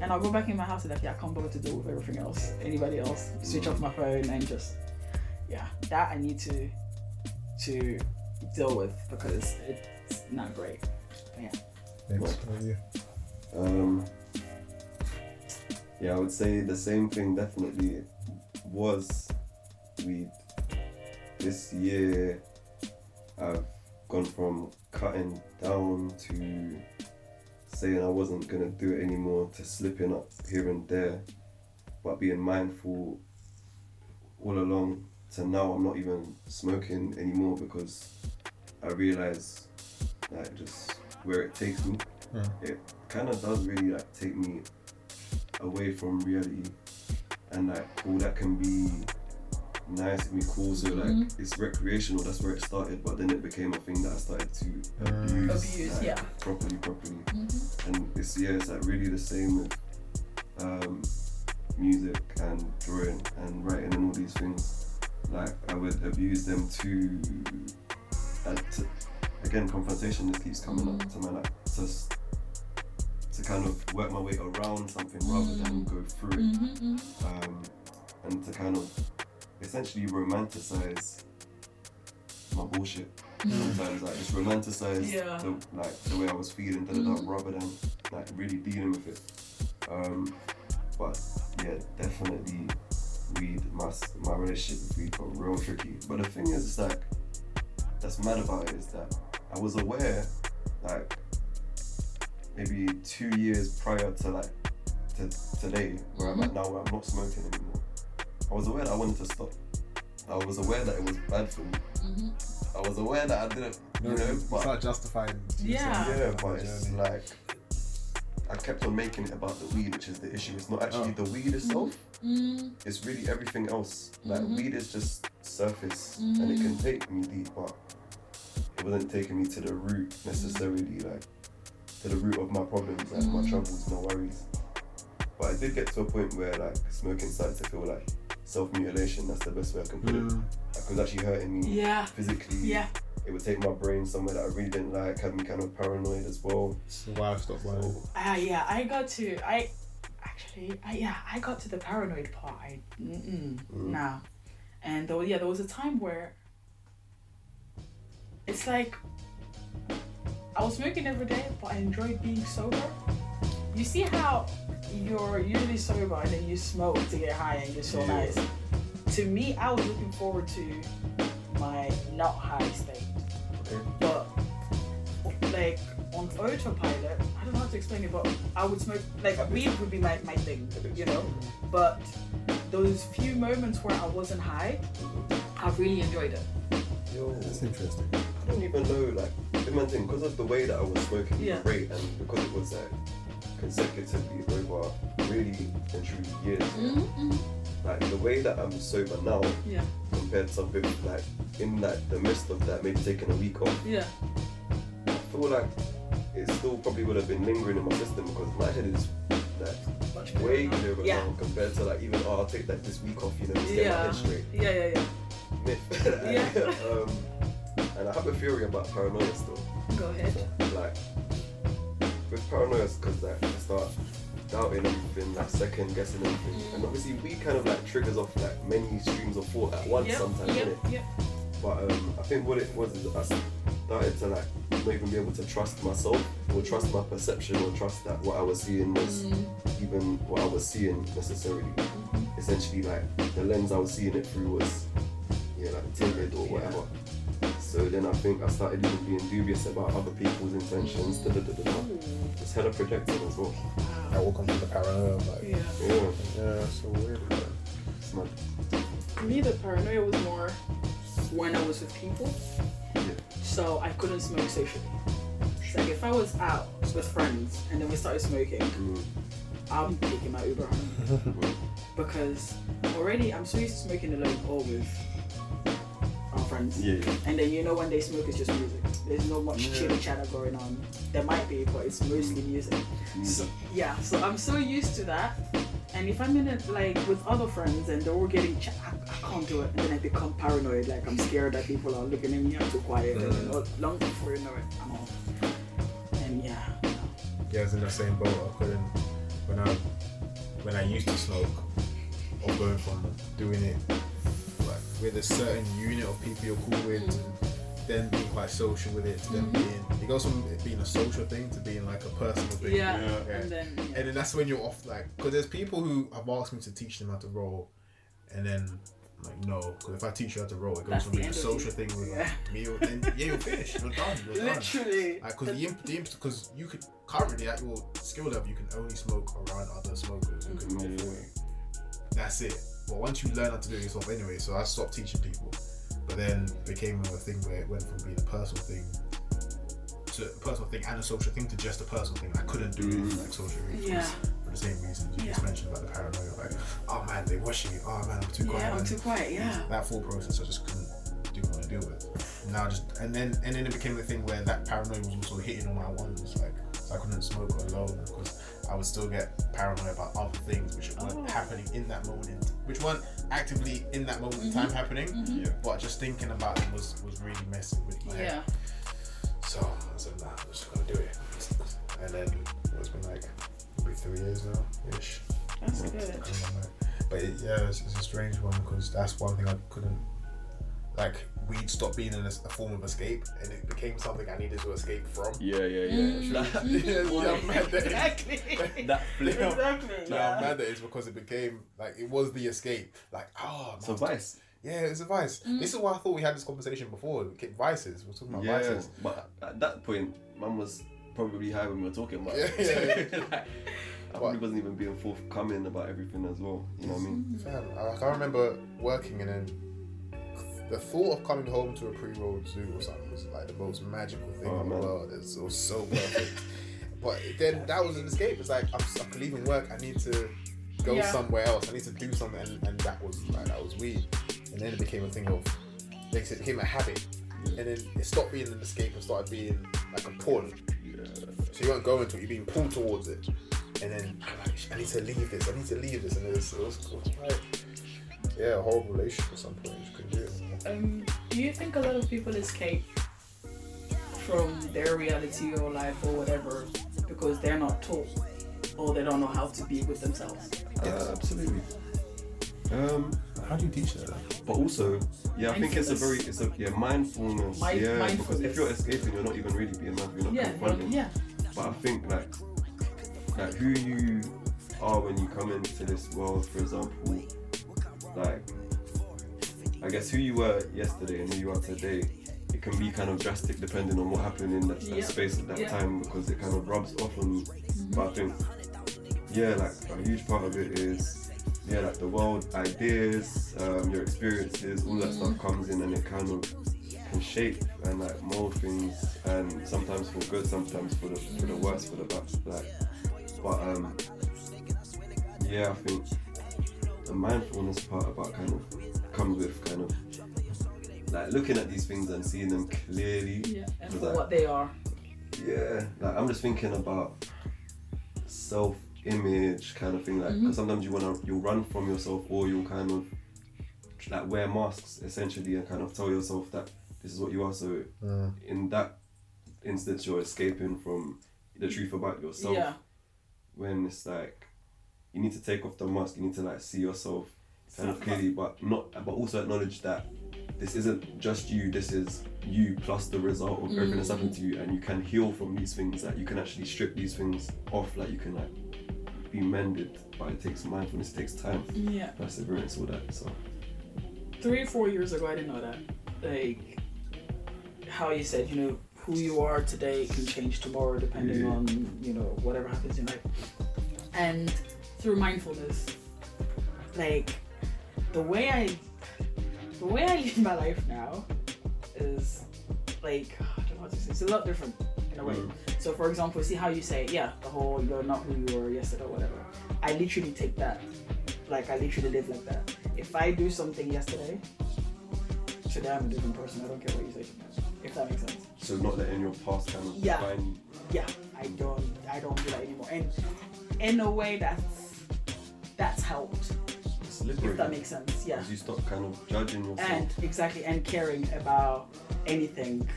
And I'll go back in my house and like, yeah, I can't bother to deal with everything else. Anybody else? Switch off my phone and just yeah, that I need to to deal with because it's not great.
Thanks.
Um, yeah, I would say the same thing definitely was weed. This year, I've gone from cutting down to saying I wasn't gonna do it anymore to slipping up here and there, but being mindful all along to now I'm not even smoking anymore because I realize like just where it takes me it kind of does really like take me away from reality and like all that can be nice and be cool so like
Mm-hmm.
it's recreational that's where it started but then it became a thing that i started to abuse,
Abuse,
like,
yeah. Mm-hmm.
properly properly and it's yeah it's like really the same with um music and drawing and writing and all these things like i would abuse them to, uh, to again confrontation just keeps coming up to my like to s- to kind of work my way around something rather than go through it um, and to kind of essentially romanticize my bullshit. Sometimes I just romanticize
Yeah.
the, like the way I was feeling, da, da, da, rather than like really dealing with it. Um, but yeah, definitely weed. My s- my relationship with weed got real tricky. But the thing is, it's like that's mad about it is that I was aware, like maybe two years prior to like to today where I'm at now, where I'm not smoking anymore. I was aware that I wanted to stop. I was aware that it was bad for me. I was aware that I didn't, you
No,
know,
it's
but
not justifying.
Yeah.
yeah, but it's like I kept on making it about the weed, which is the issue. It's not actually the weed itself. It's really everything else. Like
Mm-hmm.
weed is just surface, and it can take me deep, but it wasn't taking me to the root necessarily, like to the root of my problems, like
Mm-hmm.
my troubles, my worries. But I did get to a point where like smoking started to feel like self mutilation. That's the best way I can put it. Like, it was actually hurting me
Yeah.
physically
Yeah.
it would take my brain somewhere that I really didn't like, had me kind of paranoid as well.
This is why I stopped buying.
So,
Ah, yeah. I got to. I actually. I, yeah. I got to the paranoid part. I. Mm-mm, Nah. And there, was- yeah, there was a time where. It's like. I was smoking every day, but I enjoyed being sober. You see how you're usually sober and then you smoke to get high and you're so nice. To me, I was looking forward to my not high state. But like on autopilot, I don't know how to explain it, but I would smoke like weed would be my, my thing, you know. But those few moments where I wasn't high, I really enjoyed it.
yo,
That's interesting.
I don't even know, like, the man thing, because of the way that I was smoking
Yeah.
the rate and because it was like consecutively over really and truly years, yeah,
Mm-hmm.
like the way that I'm sober now
Yeah,
compared to something like in that the midst of that, maybe taking a week off,
yeah,
I feel like it still probably would have been lingering in my system because my head is like way clearer
Yeah.
now compared to like even oh I'll take like this week off, you know, just get my
yeah,
head straight. [laughs]
yeah, yeah, yeah.
myth.
Yeah.
[laughs] um, and I have a theory about paranoia still.
Go ahead.
Like, with paranoia, because like, I start doubting everything, like second guessing everything.
Mm.
And obviously, we kind of like triggers off like many streams of thought at once
Yep,
sometimes,
yep,
innit?
yep.
But um, I think what it was is I started to like not even be able to trust myself or trust my perception or trust that what I was seeing was even what I was seeing necessarily. Essentially, like the lens I was seeing it through was, yeah, like tinted or whatever. So then I think I started even being dubious about other people's intentions. Da, da, da, da, da. It's hella projecting as well.
I walk onto the parallel. Like,
Yeah.
Yeah,
yeah, that's so weird. Bro.
it's mad.
For me, the paranoia was more when I was with people, so I couldn't smoke socially. It's Like if I was out with friends and then we started smoking,
Mm.
I'm taking my Uber [laughs] home because already I'm so used to smoking alone or with our friends.
Yeah, yeah.
And then you know when they smoke, it's just music. There's no much chitty chatter going on. There might be, but it's mostly music. So, yeah, so I'm so used to that. And if I'm in it like with other friends and they're all getting, ch- I, I can't do it. And then I become paranoid. Like I'm scared that people are looking at me. I'm too quiet. And then all- long before you know it, I'm off. And yeah,
Yeah, I was in that same boat. I couldn't when I when I used to smoke or going from doing it like with a certain unit of people you're cool with,
Mm.
to then being quite social with it, to then
Mm-hmm.
being it goes from it being a social thing to being like a personal thing.
Yeah,
Yeah.
and then yeah.
And then that's when you're off, like, because there's people who have asked me to teach them how to roll, and then I'm like, no, because if I teach you how to roll, it
That's
goes from
the
being a
end of
social
you.
thing with
Yeah.
like meal, then yeah, you're finished, you're done, you're done.
literally.
Like, because the imp, the imp, because you could currently at your skill level, you can only smoke around other smokers. You can roll for it. That's it. But once you learn how to do it yourself anyway, so I stopped teaching people. But then it became a thing where it went from being a personal thing to a personal thing and a social thing to just a personal thing. I couldn't do it for like social reasons.
Yeah.
For the same reasons you just mentioned about the paranoia, like, oh man, they're watching me, oh man, I'm too quiet.
yeah, I'm
man."
too quiet. Yeah.
that thought process I just couldn't do what I deal with. Now I just and then and then it became the thing where that paranoia was also hitting on my ones, like so I couldn't smoke alone because I would still get paranoid about other things which weren't
Oh.
happening in that moment, in- which weren't actively in that moment in time
Mm-hmm.
happening, but just thinking about them was was really messing with my
Yeah.
head. So I said, nah, I'm just gonna do it. And then it's been like maybe three years now ish.
That's good.
I don't know. But it, yeah, it's, it's a strange one because that's one thing I couldn't. I like weed stopped being an, a form of escape and it became something I needed to escape from.
Yeah, yeah,
Mm-hmm. [laughs]
[laughs] yeah.
Yeah, see how mad that
[laughs]
is?
Exactly.
That, that flip.
exactly.
See how
Yeah.
mad that is because it became like it was the escape. Like, oh,
So vice.
yeah, it's a vice.
Mm.
This is why I thought we had this conversation before. We kept vices. We're talking about
Yeah,
vices.
but at that point, mum was probably high when we were talking about it.
Yeah,
[laughs] Like, I probably wasn't even being forthcoming about everything as well. You know what I mean?
Fam, I- like I remember working and then the thought of coming home to a pre-rolled zoo or something was like the most magical thing
Oh,
in the
man.
world. It's- It was so
[laughs]
perfect. but then that was an escape. It's like I'm, I'm leaving work. I need to go
Yeah.
somewhere else. I need to do something, and, and that was like that was weed. And then it became a thing of, like I said, it became a habit. And then it stopped being an escape and started being like a pull. So you weren't going to it, you're being pulled towards it. And then I'm like, "Sh- I need to leave this, I need to leave this. And it was, it was, it was like, yeah, a horrible relationship at some point. You couldn't do it.
Um, do you think a lot of people escape from their reality or life or whatever because they're not taught or they don't know how to be with themselves?
Yeah, Uh, absolutely. Um,
How do you teach that?
But also, yeah, I think it's a very it's a yeah mindfulness.
Mind-
yeah, because
mindfulness.
if you're escaping, you're not even really being mindful. You're not
Yeah, well,
confronting.
yeah,
But I think like like who you are when you come into this world, for example, like I guess who you were yesterday and who you are today, it can be kind of drastic depending on what happened in that, that
Yeah.
space at that
Yeah.
time because it kind of rubs off on you. But I think yeah, like a huge part of it is yeah, like the world ideas, um, your experiences, all that stuff comes in and it kind of can shape and like mold things and sometimes for good, sometimes for the for the worse, for the bad. Like, but um, yeah, I think the mindfulness part about kind of comes with kind of like looking at these things and seeing them clearly.
yeah, and for
Like-
what they are.
Yeah, like I'm just thinking about self image kind of thing. Like, 'cause sometimes you wanna you run from yourself or you'll kind of like wear masks essentially and kind of tell yourself that this is what you are. So in that instance, you're escaping from the truth about yourself.
yeah,
When it's like you need to take off the mask, you need to like see yourself kind of clearly, but not but also acknowledge that this isn't just you. This is you plus the result of everything that's happened to you, and you can heal from these things. That you can actually strip these things off. Like you can like be mended, but it takes mindfulness, it takes time,
yeah.
perseverance, all that. So
Three, four years ago, I didn't know that. Like how you said, you know, who you are today can change tomorrow depending
Yeah.
on you know whatever happens in life. And through mindfulness, like the way I the way I live my life now is like [sighs] I don't know how to say. It's a lot different in a way. So for example, see how you say, yeah, the whole you're not who you were yesterday or whatever. I literally take that. Like I literally live like that. If I do something yesterday, today I'm a different person. I don't care what you say to me. If that makes sense.
so not letting your past kind of
Yeah.
define you.
Yeah, I don't I don't do that anymore. And in a way that's that's helped,
It's
if that
liberating.
makes sense. Yeah.
Because you stop kind of judging yourself.
and exactly and caring about anything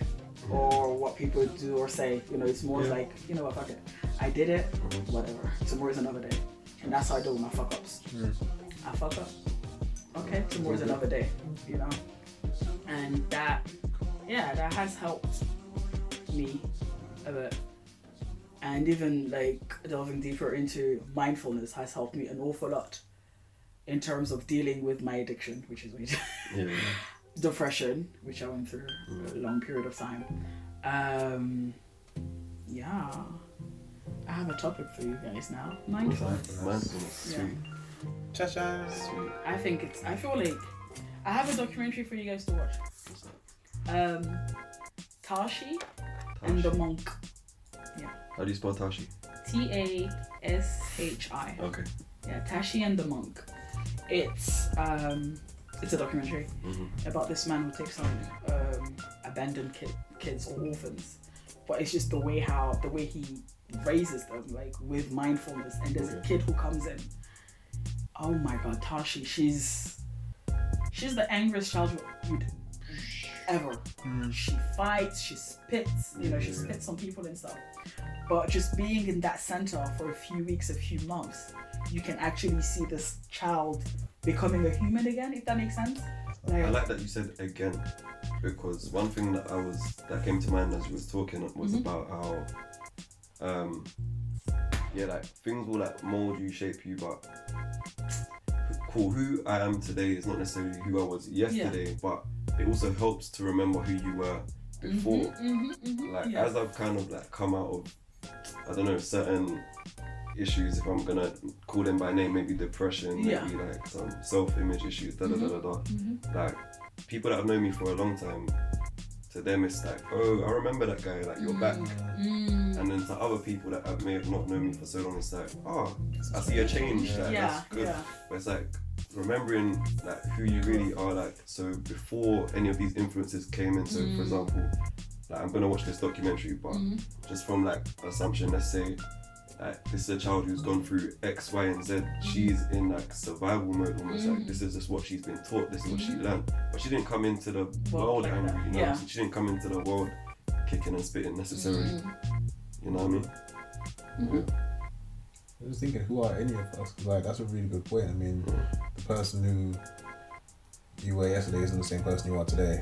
or what people do or say you know it's more
Yeah.
like you know what fuck it I did it whatever tomorrow's another day and that's how I deal with my fuck ups I fuck up okay tomorrow's another day you know and that yeah that has helped me a bit and even like delving deeper into mindfulness has helped me an awful lot in terms of dealing with my addiction which is weird
yeah.
depression, which I went through a long period of time. Um, yeah, I have a topic for you guys now. Mindfulness.
Mindfulness,
Yeah.
sweet, sweet.
I think it's. I feel like I have a documentary for you guys to watch. Um, Tashi and the
Tashi.
monk.
How do you spell Tashi?
T A S H I.
Okay.
Yeah, Tashi and the monk. It's um, it's a documentary about this man who takes on um, abandoned kid, kids or orphans, but it's just the way how the way he raises them, like with mindfulness. And there's a kid who comes in. Oh my God, Tashi, she's she's the angriest child you'd ever. She fights, she spits, you know, she spits on people and stuff. But just being in that center for a few weeks, a few months, you can actually see this child becoming a human again, if that makes sense.
I
Like,
like that you said again, because one thing that I was that came to mind as you was talking was about how, um, yeah, like things will like mold you, shape you, but cool, who I am today is not necessarily who I was yesterday, but it also helps to remember who you were before. Like
yeah.
as I've kind of like come out of, I don't know, certain issues. If I'm gonna call them by name, maybe depression,
Yeah. Mm-hmm.
maybe like some self-image issues, da da da da da like people that have known me for a long time to them it's like oh i remember that guy like you're back
Mm.
and then to other people that have- may have not known me for so long it's like oh i see a change like,
Yeah,
that's good
yeah.
but it's like remembering like who you really are like so before any of these influences came in so
Mm.
for example like i'm gonna watch this documentary but
Mm-hmm.
just from like assumption let's say like this is a child who's gone through X, Y, and Z. She's in like survival mode almost.
Mm.
Like this is just what she's been taught. This is what she learned. But she didn't come into the
Mm-hmm.
world
like
angry.
that.
You know,
Yeah.
she didn't come into the world kicking and spitting necessarily.
Mm.
You know what I mean?
I was thinking, who are any of us? 'Cause, like, that's a really good point. I mean, the person who you were yesterday isn't the same person you are today.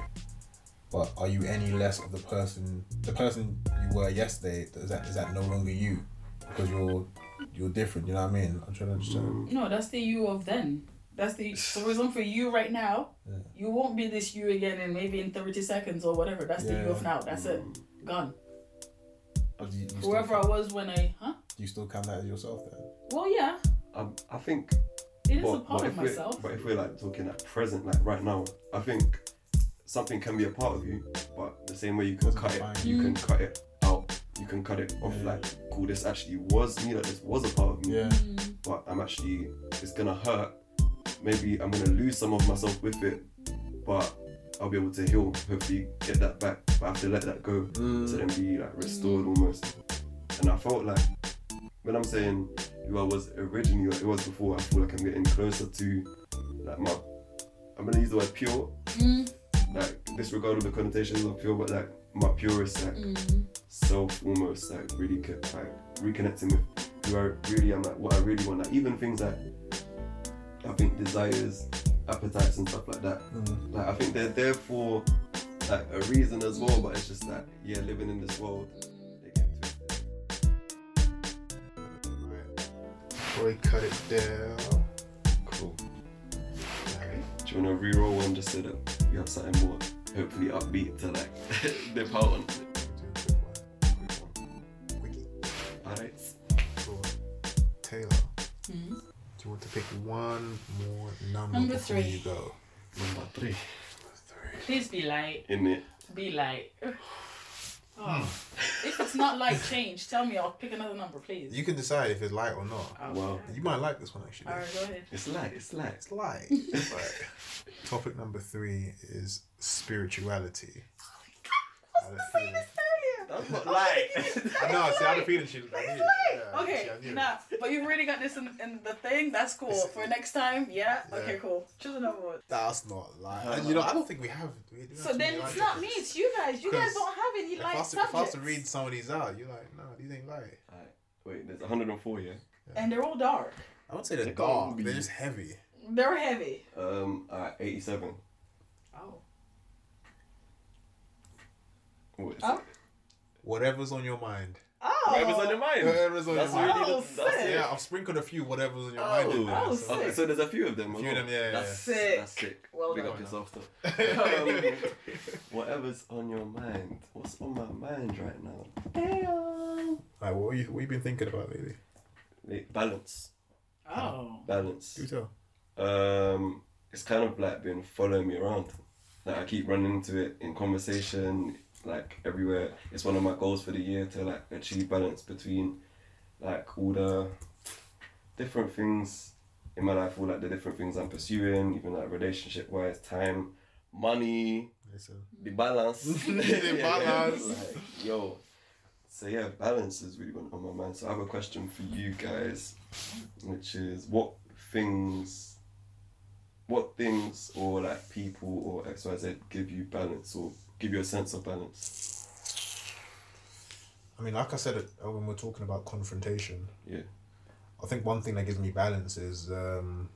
But are you any less of the person, the person you were yesterday? Is that is that no longer you? Because you're you're different. You know what I mean? I'm trying to understand.
No, that's the you of then. That's the so for example for you right now, you won't be this you again in maybe in thirty seconds or whatever. That's the you of now. That's it. Gone.
Oh,
Do you, do you
Whoever I
Still,
was Mm. when I huh?
do you still count that as yourself then?
Well yeah.
I, Um, I think.
It is a part
But, but,
of
if we're,
myself.
but if we're like talking like present, like right now, I think something can be a part of you, but the same way you can
Doesn't
cut
define
it,
you.
you can cut it out. You can cut it off like, cool, this actually was me, like this was a part of me.
Yeah.
but I'm actually it's gonna hurt. Maybe I'm gonna lose some of myself with it, but I'll be able to heal. Hopefully, get that back. But I have to let that go to then be like restored almost. And I felt like when I'm saying who I was originally, like it was before. I feel like I'm getting closer to like my. I'm gonna use the word pure, like disregard of the connotations of pure, but like my purest like self almost like really co- like reconnecting with who I really am, like what I really want, like even things like I think desires, appetites and stuff like that.
Mm.
Like I think they're there for like a reason as well, but it's just that yeah, living in this world, they get twisted.
Right. Boy, cut it down.
Cool. Do you want to re-roll one just so that we have something more, hopefully upbeat to like [laughs] dip out on?
Wiki.
Alright.
Cool. Taylor,
Mhm.
do you want to pick one more number,
Number
before
three.
you go?
Number three.
Please be light.
In it.
Be light. [sighs] Oh. if it's not light change, tell me I'll pick another number, please.
You can decide if it's light or not.
Oh,
Wow.
You might like this one actually.
Alright, go ahead.
It's light. It's light.
[laughs]
It's light. but topic number three is spirituality.
Oh
I had a feeling.
That's not light. [laughs]
I know, see, I had a feeling she I knew it. Yeah,
Okay,
see, I knew it.
nah, but you've already got this in, in the thing. That's cool. For next time, yeah? Okay, cool. Choose another one.
That's not light. And you know, I don't think we have. We do
So then it's not me, it's you guys. You guys
Because
don't have any
If
light
I, was to, if I was
subjects.
to read some of these out, you're like, no, these ain't light.
Wait, there's 104, yeah?
And they're all dark.
I would say they're
They're
dark.
gonna
They're
be-
just heavy.
They're heavy.
Um, alright, 87.
Oh.
What is
Huh?
it?
Whatever's on your mind.
Whatever's on your mind.
Whatever's on
That's
your mind.
really
Oh,
the, that's
sick.
Yeah, I've sprinkled a few whatever's on your
Oh,
mind. in there,
oh,
so-
Okay,
sick.
so there's a few of them.
A few of them, yeah, yeah,
That's,
yeah. Sick.
That's sick.
Well
Big
done.
up yourself, though. Um, [laughs] whatever's on your mind. What's on my mind right now?
Like, what you, what you been thinking about lately?
Wait, balance.
Oh.
Balance.
Do tell.
Um, it's kind of like been following me around. Like I keep running into it in conversation, like everywhere. It's one of my goals for the year to like achieve balance between like all the different things in my life, all like the different things I'm pursuing, even like relationship wise, time, money,
Listen.
the balance. [laughs]
[laughs] The balance.
Like, yo. So yeah, balance is really on on my mind. So I have a question for you guys, which is what things what things or like people or XYZ give you balance or give you a sense of balance?
I mean, like I said uh, when we're talking about confrontation,
Yeah.
I think one thing that gives me balance is um,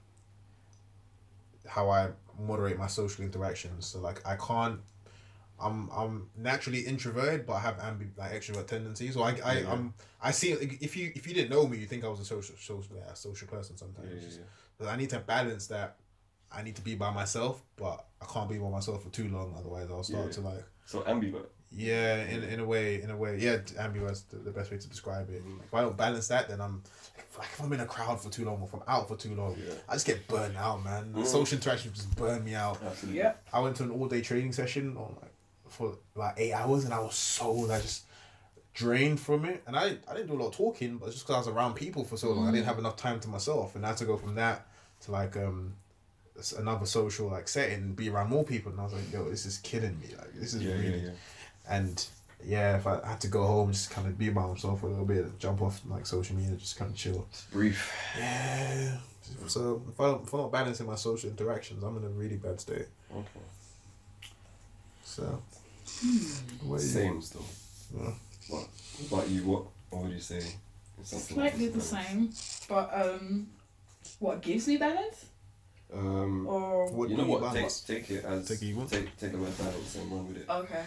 how I
moderate my social interactions. So like I can't. I'm I'm naturally introverted, but I have ambi like extrovert tendencies. So I I
Yeah.
I'm I see if you if you didn't know me, you think I was a social social yeah, a social person sometimes. But I need to balance that. I need to be by myself, but I can't be by myself for too long. Otherwise, I'll start
Yeah.
to like
So ambivert.
yeah, in, in a way, in a way, yeah, ambivert's the, the best way to describe it. If I don't balance that, then I'm like if I'm in a crowd for too long or if I'm out for too long,
Yeah.
I just get burnt out, man.
Mm.
Social interactions just burn me out.
Absolutely.
Yeah.
I went to an all day training session on like for like eight hours, and I was so like just drained from it. And I I didn't do a lot of talking, but it's just because I was around people for so long, I didn't
Mm.
have enough time to myself, and I had to go from that to like um s- another social like setting, be around more people, and I was like, yo, this is killing me. Like this is
Yeah,
really
yeah, yeah.
and yeah, if I had to go home, just kind of be by myself for a little bit, jump off like social media, just kind of chill.
Brief.
Yeah. So if, I, if I'm not balancing my social interactions, I'm in a really bad state.
Okay.
So. What do you-
Same still.
Yeah.
What about you? What, what would you say? is something
Slightly the
that's-
same, but um, what gives me balance?
Um,
Or
What
you
do
know
you
what?
balance?
Take, take it as
Take it you want.
take take the word balance and run with it.
okay,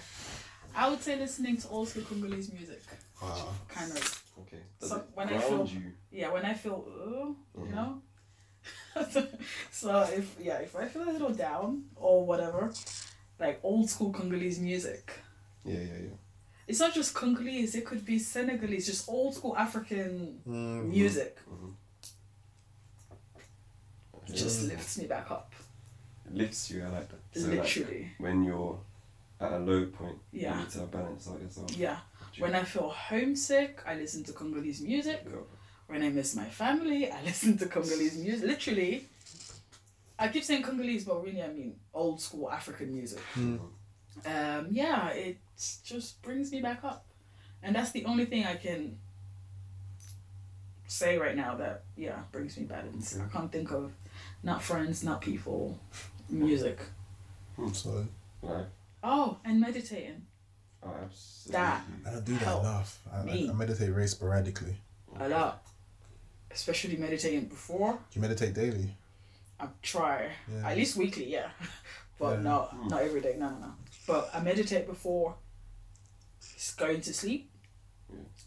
I would say listening to also Congolese music,
Wow.
kind of.
Okay. Does
So
it
when I
ground
feel-
you?
Yeah, when I feel, oh,
Mhm.
you know. [laughs] so if yeah, if I feel a little down or whatever, like old school Congolese music.
Yeah, yeah, yeah.
It's not just Congolese; it could be Senegalese, just old school African music. It just lifts me back up,
Lifts you. I like that. So like
literally.
when you're at a low point,
Yeah.
you need to balance out yourself.
Yeah. When I feel homesick, I listen to Congolese music.
Yeah.
When I miss my family, I [laughs] listen to Congolese music. Literally, I keep saying Congolese, but really I mean old school African music. Um, yeah, it just brings me back up. And that's the only thing I can say right now that, yeah, brings me balance. I can't think of not friends, not people, music.
So
Like,
Oh, and meditating.
I absolutely.
That.
I don't do that
Help
enough. I, I,
me.
I meditate very sporadically.
A lot. Especially meditating before.
You meditate daily.
I try
Yeah.
at least weekly, yeah, [laughs] but
Yeah.
not not every day. No, no, no. But I meditate before s- going to sleep,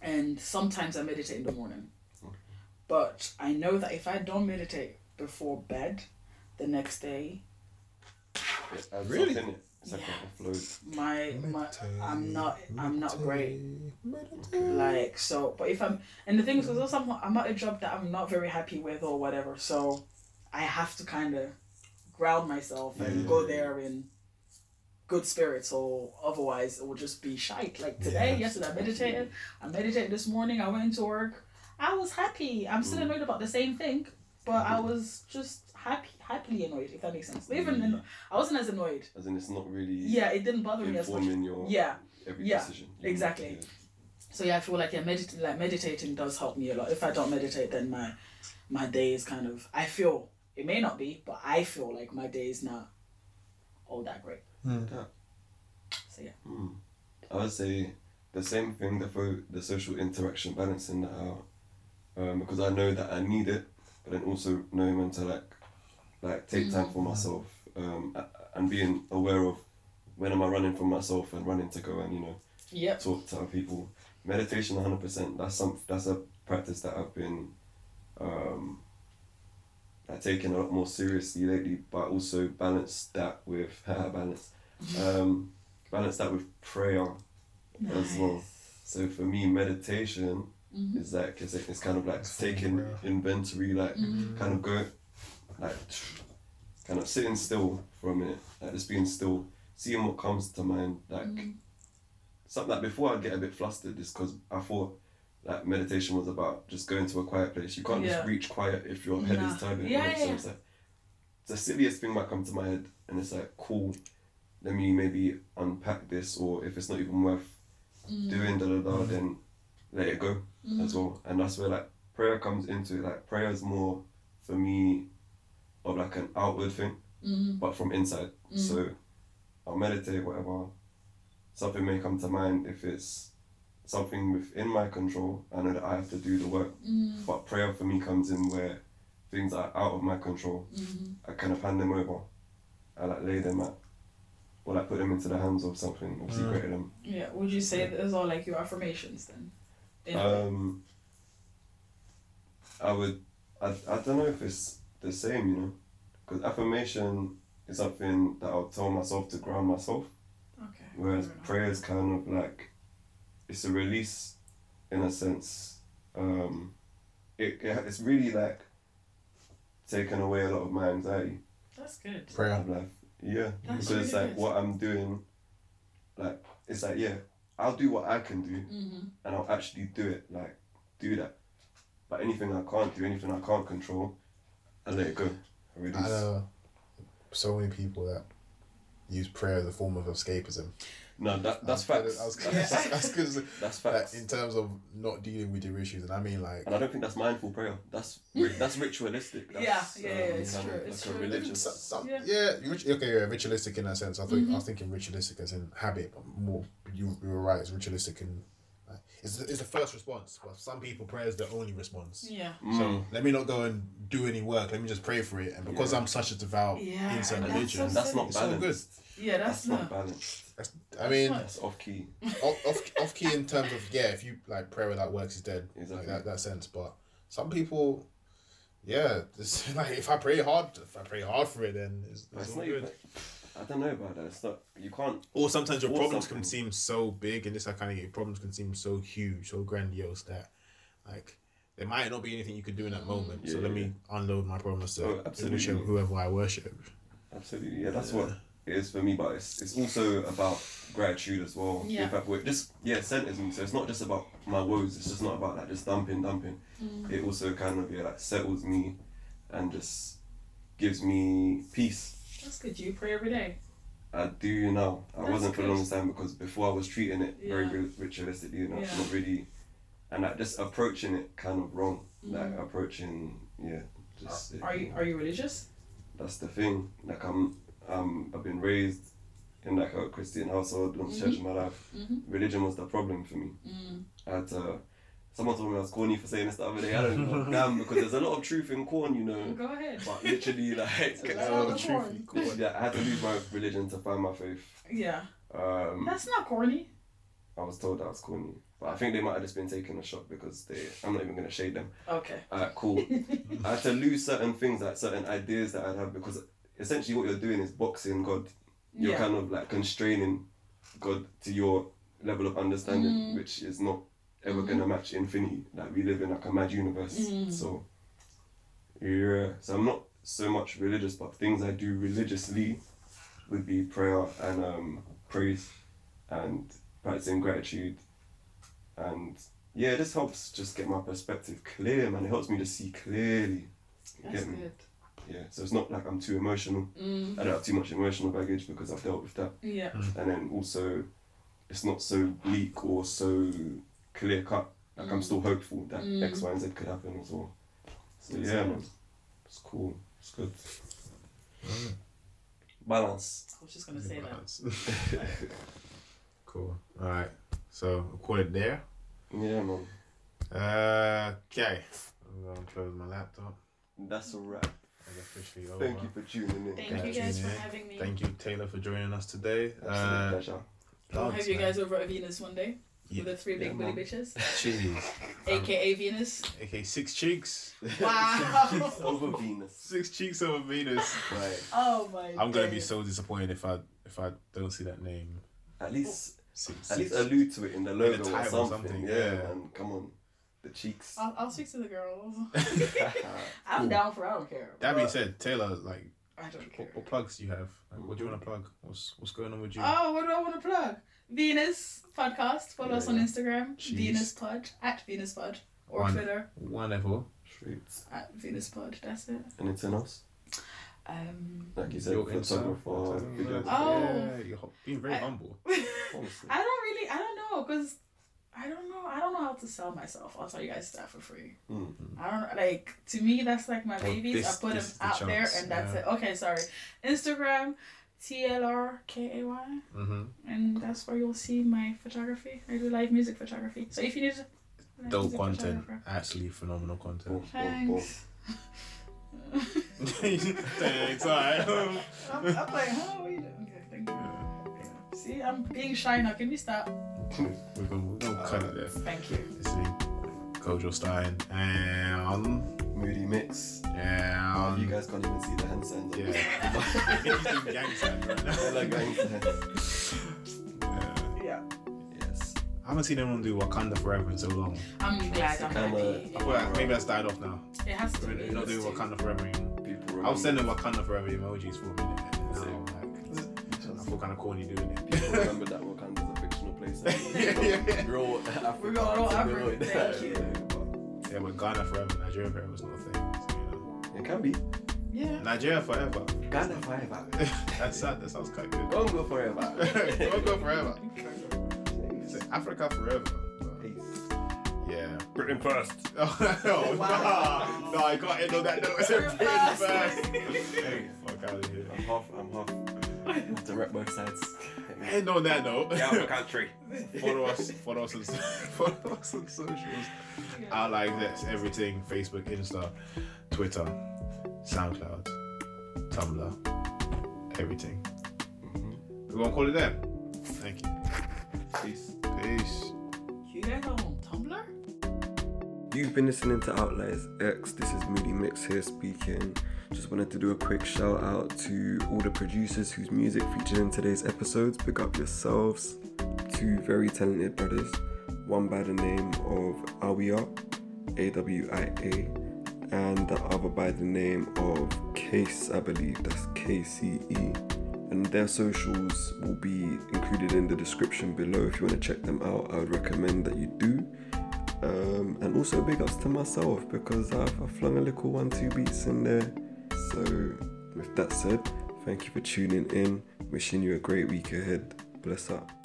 and sometimes I meditate in the morning. But I know that if I don't meditate before bed, the next day
It adds
Really?
Up, innit? It's like
Yeah.
a float.
my my I'm not I'm not great.
Meditate.
Like so, but if I'm and the thing is, because I'm I'm at a job that I'm not very happy with or whatever, so I have to kind of ground myself and go there in good spirits, or otherwise it will just be shite. Like today,
Yeah.
yesterday I meditated. I meditated this morning. I went to work. I was happy. I'm
Mm.
still annoyed about the same thing, but I was just happy, happily annoyed. If that makes sense. Even anno- I wasn't as annoyed.
As in, it's not really
Yeah, it didn't bother me as much.
informing your
Yeah.
every
Yeah,
decision. You
exactly.
need
So yeah, I feel like yeah, medit- like meditating does help me a lot. If I don't meditate, then my my day is kind of I feel it may not be, but I feel like my day is not all that great.
Yeah.
So yeah,
to- Hmm. I would say the same thing. The fo- the social interaction balancing that out, um, because I know that I need it, but then also knowing when to like, like take time for myself, um, a- and being aware of when am I running for myself and running to go and you know
yep,
talk to other people. Meditation, one hundred percent. That's some. That's a practice that I've been, um, like taking a lot uh, more seriously lately. But also balance that with [laughs] balance, um, balance that with prayer as well. So for me, meditation
Mm-hmm.
is like it's, it's kind of like taking
prayer.
inventory, like
Mm-hmm.
kind of go, like [sniffs] kind of sitting still for a minute, like just being still, seeing what comes to mind, like
Mm-hmm.
something that before I'd get a bit flustered is because I thought like meditation was about just going to a quiet place. You can't just
Yeah.
reach quiet if your head
Nah.
is turbulent.
Yeah,
you know?
yeah,
So it's like the silliest thing might come to my head and it's like, cool, let me maybe unpack this or if it's not even worth
Mm.
doing da da da then let it go as well. And that's where like prayer comes into it. Like prayer is more for me of like an outward thing
Mm.
but from inside. So I'll meditate, whatever. Something may come to mind if it's something within my control. I know that I have to do the work,
Mm.
but prayer for me comes in where things are out of my control. I kind of hand them over I like lay them at, or like put them into the hands of something, obviously
Mm.
greater than.
Yeah. Would you say those are like your affirmations then? In a way.
Um, I would. I, I don't know if it's the same, you know, because affirmation is something that I'll tell myself to ground myself,
okay.
whereas
fair enough.
prayer is kind of like it's a release, in a sense. Um, it, it it's really like taken away a lot of my anxiety
That's good.
Prayer.
of life. Yeah,
That's
because it's
really
like
good.
what I'm doing, like it's like yeah, I'll do what I can do
Mm-hmm.
and I'll actually do it, like do that. But anything I can't do, anything I can't control, I let it go. I release.
I know so many people that use prayer as a form of escapism.
no, that that's
I
facts.
was-
[laughs] That's,
that's, that's good.
that's
Like,
facts.
in terms of not dealing with your issues, and I mean like
and I don't think that's mindful prayer. That's
[laughs]
ri- that's ritualistic.
Yeah,
That's,
yeah, yeah, it's
kind of
true, it's
like a
true.
So-
religious.
some-
Yeah. Mm-hmm.
yeah, rich- okay, yeah, ritualistic in that sense. I thought I was thinking ritualistic as in habit, but more you, you were right. It's ritualistic and like, it's the- it's the first response. But some people prayer is the only response.
Yeah.
Mm.
Let me not go and do any work. Let me just pray for it. And because
Yeah.
I'm such a devout
Yeah,
into
and that's
religion,
so
That's not
it's all
balanced.
good.
Yeah. That's,
That's not
not.
balanced.
That's, I mean,
not-
That's off key.
off, off off key in terms of yeah, if you like prayer without works is dead.
Exactly.
Like that that sense. But some people, yeah, [laughs] this, like if I pray hard, if I pray hard for it, then it's,
But
it's
it's
all
not
good.
even. I don't know about that. It's not. You can't.
Or sometimes your
Or
problems
something.
can seem so big, and this I kind of get. Your problems can seem so huge, so grandiose that, like, there might not be anything you could do in that moment. so
Yeah,
let
yeah,
me unload my problems to
Oh,
worship
absolutely.
whoever I worship.
Absolutely. Yeah, that's what it is for me. But it's it's also about gratitude as well.
Yeah.
In fact, we're just yeah, centism. So it's not just about my woes. It's just not about like just dumping, dumping.
Mm.
It also kind of yeah, like settles me, and just gives me peace.
That's good. You pray every day.
I do now. I
That's
wasn't for a
good.
long time because before I was treating it very
Yeah.
very ritualistically, you know,
Yeah.
not really, and like just approaching it kind of wrong. Like
Mm.
approaching yeah, just
Are you Are you religious?
that's the thing. Like I'm, um, I've been raised in like a Christian household, went to church in my life. Religion was the problem for me. I had to. Someone told me I was corny for saying this the other day. I don't know, damn, because there's a lot of truth in corn, you know.
Go ahead.
Mm.
[laughs]
But literally, [laughs] like,
That's not corny.
yeah, I had to lose my religion to find my faith.
Yeah.
Um,
That's not corny.
I was told that I was corny, but I think they might have just been taking a shot because they. I'm not even gonna shade them.
Okay.
Uh, cool. I had to lose certain things, like certain ideas that I'd have, because essentially what you're doing is boxing God. You're
Yeah.
kind of like constraining God to your level of understanding, which is not ever gonna match infinity. Like we live in like a mad universe, so yeah. So I'm not so much religious, but things I do religiously would be prayer and um, praise and practicing gratitude and yeah, this helps just get my perspective clear, man. It helps me to see clearly. You
That's
get me?
good.
Yeah, so it's not like I'm too emotional.
Mm.
I don't have too much emotional baggage because I've dealt with that.
Yeah.
And then also, it's not so bleak or so clear cut. Like I'm still hopeful that
Mm.
X, Y, and Z could happen as well. So
That's
yeah,
good.
man, it's cool. It's good. Balance.
I was just gonna say that.
cool. All right. So we'll call it there.
Yeah, man.
Uh, okay. I'm gonna close my laptop.
That's a wrap.
It's officially over.
Thank you for tuning in.
Thank you
Gotcha,
guys for
man.
having me.
Thank you, Taylor, for joining us today.
Absolute
Uh,
pleasure.
I'll
thanks,
have you
man.
guys over at Venus one day
Yeah.
with the three
Yeah,
big booty
man.
[laughs]
bitches, [laughs]
Cheers.
aka Venus.
Okay, Um, six cheeks.
Wow.
[laughs] Over Venus.
Six cheeks over Venus.
Right.
Oh my.
I'm gonna be
days.
so disappointed if I if I don't see that name.
At least.
Six.
At least
six-
allude to it in the logo or
title
something.
or something,
Yeah,
yeah.
man, come on. The
[laughs]
cheeks. Uh,
I'll, I'll speak to the girls. [laughs] I'm down for. I don't care.
That being
But
said, Taylor, like,
I don't care.
what, what plugs do you have? Like, what do you want to plug? What's what's going on with you?
Oh, what do I want to plug? Venus podcast. Follow us on
Yeah.
Instagram.
Jeez.
Venus Pod at Venus Pod or
One.
Twitter
Wonderful.
Streets.
at Venus Pod. That's it.
Anything else?
[laughs] Um,
Like you said,
Your Insta,
photographer,
photographer.
videographer.
Oh.
Yeah, you're ho- being very
I-
humble.
I
Honestly.
don't really. I don't know because I don't know. I don't know how to sell myself. I'll tell you guys that for free.
Mm.
I don't like. To me, that's like my
Well,
babies.
this-
I put them
this is the
out there,
chance,
and that's
yeah.
it. Okay, sorry. Instagram, T L R K A Y.
Mm-hmm.
and that's where you'll see my photography. I do live music photography. So if you need live
Dope
music
content.
photographer-
Actually, phenomenal content.
Boom, boom, boom.
thanks.
[laughs]
[laughs]
Thanks, [laughs] alright.
I'm, I'm like, huh? What are you doing? Okay, thank you. Yeah. See, I'm being shy now. Can we stop?
We're gonna, we're gonna cut it there.
Thank you.
This is Kojo Stein. And.
Moody mix.
And.
you guys can't even see the hand signs.
Yeah. [laughs] He's doing [laughs]
[laughs]
gang signs right now.
I like gang signs.
[laughs] Yeah.
Yeah.
Yes.
I haven't seen anyone do Wakanda Forever in so long.
I'm glad. I'm
Kinda-
happy.
I feel
Well, maybe that's died off now.
It has to
They're
be.
not doing Wakanda Forever anymore.
People
I was sending
remember-
Wakanda Forever emojis for a minute. And now, like, I feel kind of corny doing
People
it. [laughs]
remember that Wakanda's a fictional place.
[laughs]
yeah, yeah.
Real Africa.
We're all African,
[laughs]
thank you.
Yeah, but Ghana Forever, Nigeria Forever was not a thing. So, you know.
It can be.
Yeah.
Nigeria Forever. [laughs]
Ghana forever.
That's sad. That sounds quite good. [laughs]
[laughs]
Congo forever.
Congo Forever. It's like Africa Forever.
Peace.
Yeah.
Britain first.
[laughs] Oh,
[laughs]
no,
Wow.
nah. No, I can't end on that note. [laughs]
Britain
Britain
first.
first. Hey, fuck out of here.
I'm half. I'm
[laughs]
half. Direct both sides.
End on that note. [laughs]
country.
follow us, follow us, on, [laughs] follow us on socials. Our like that's everything: Facebook, Insta, Twitter, SoundCloud, Tumblr, everything. We're gonna call it there. Thank you.
Peace.
Peace.
You guys are on Tumblr?
You've been listening to Outliers X. This is Moody Mix here speaking. Just wanted to do a quick shout out to all the producers whose music featured in today's episodes. Pick up yourselves. Two very talented brothers, one by the name of Awia, A W I A, and the other by the name of Case, I believe. That's K C E. And their socials will be included in the description below if you want to check them out. I would recommend that you do. Um, and also big ups to myself because I've, i flung a little one two beats in there. So with that said, thank you for tuning in. Wishing you a great week ahead. Bless up.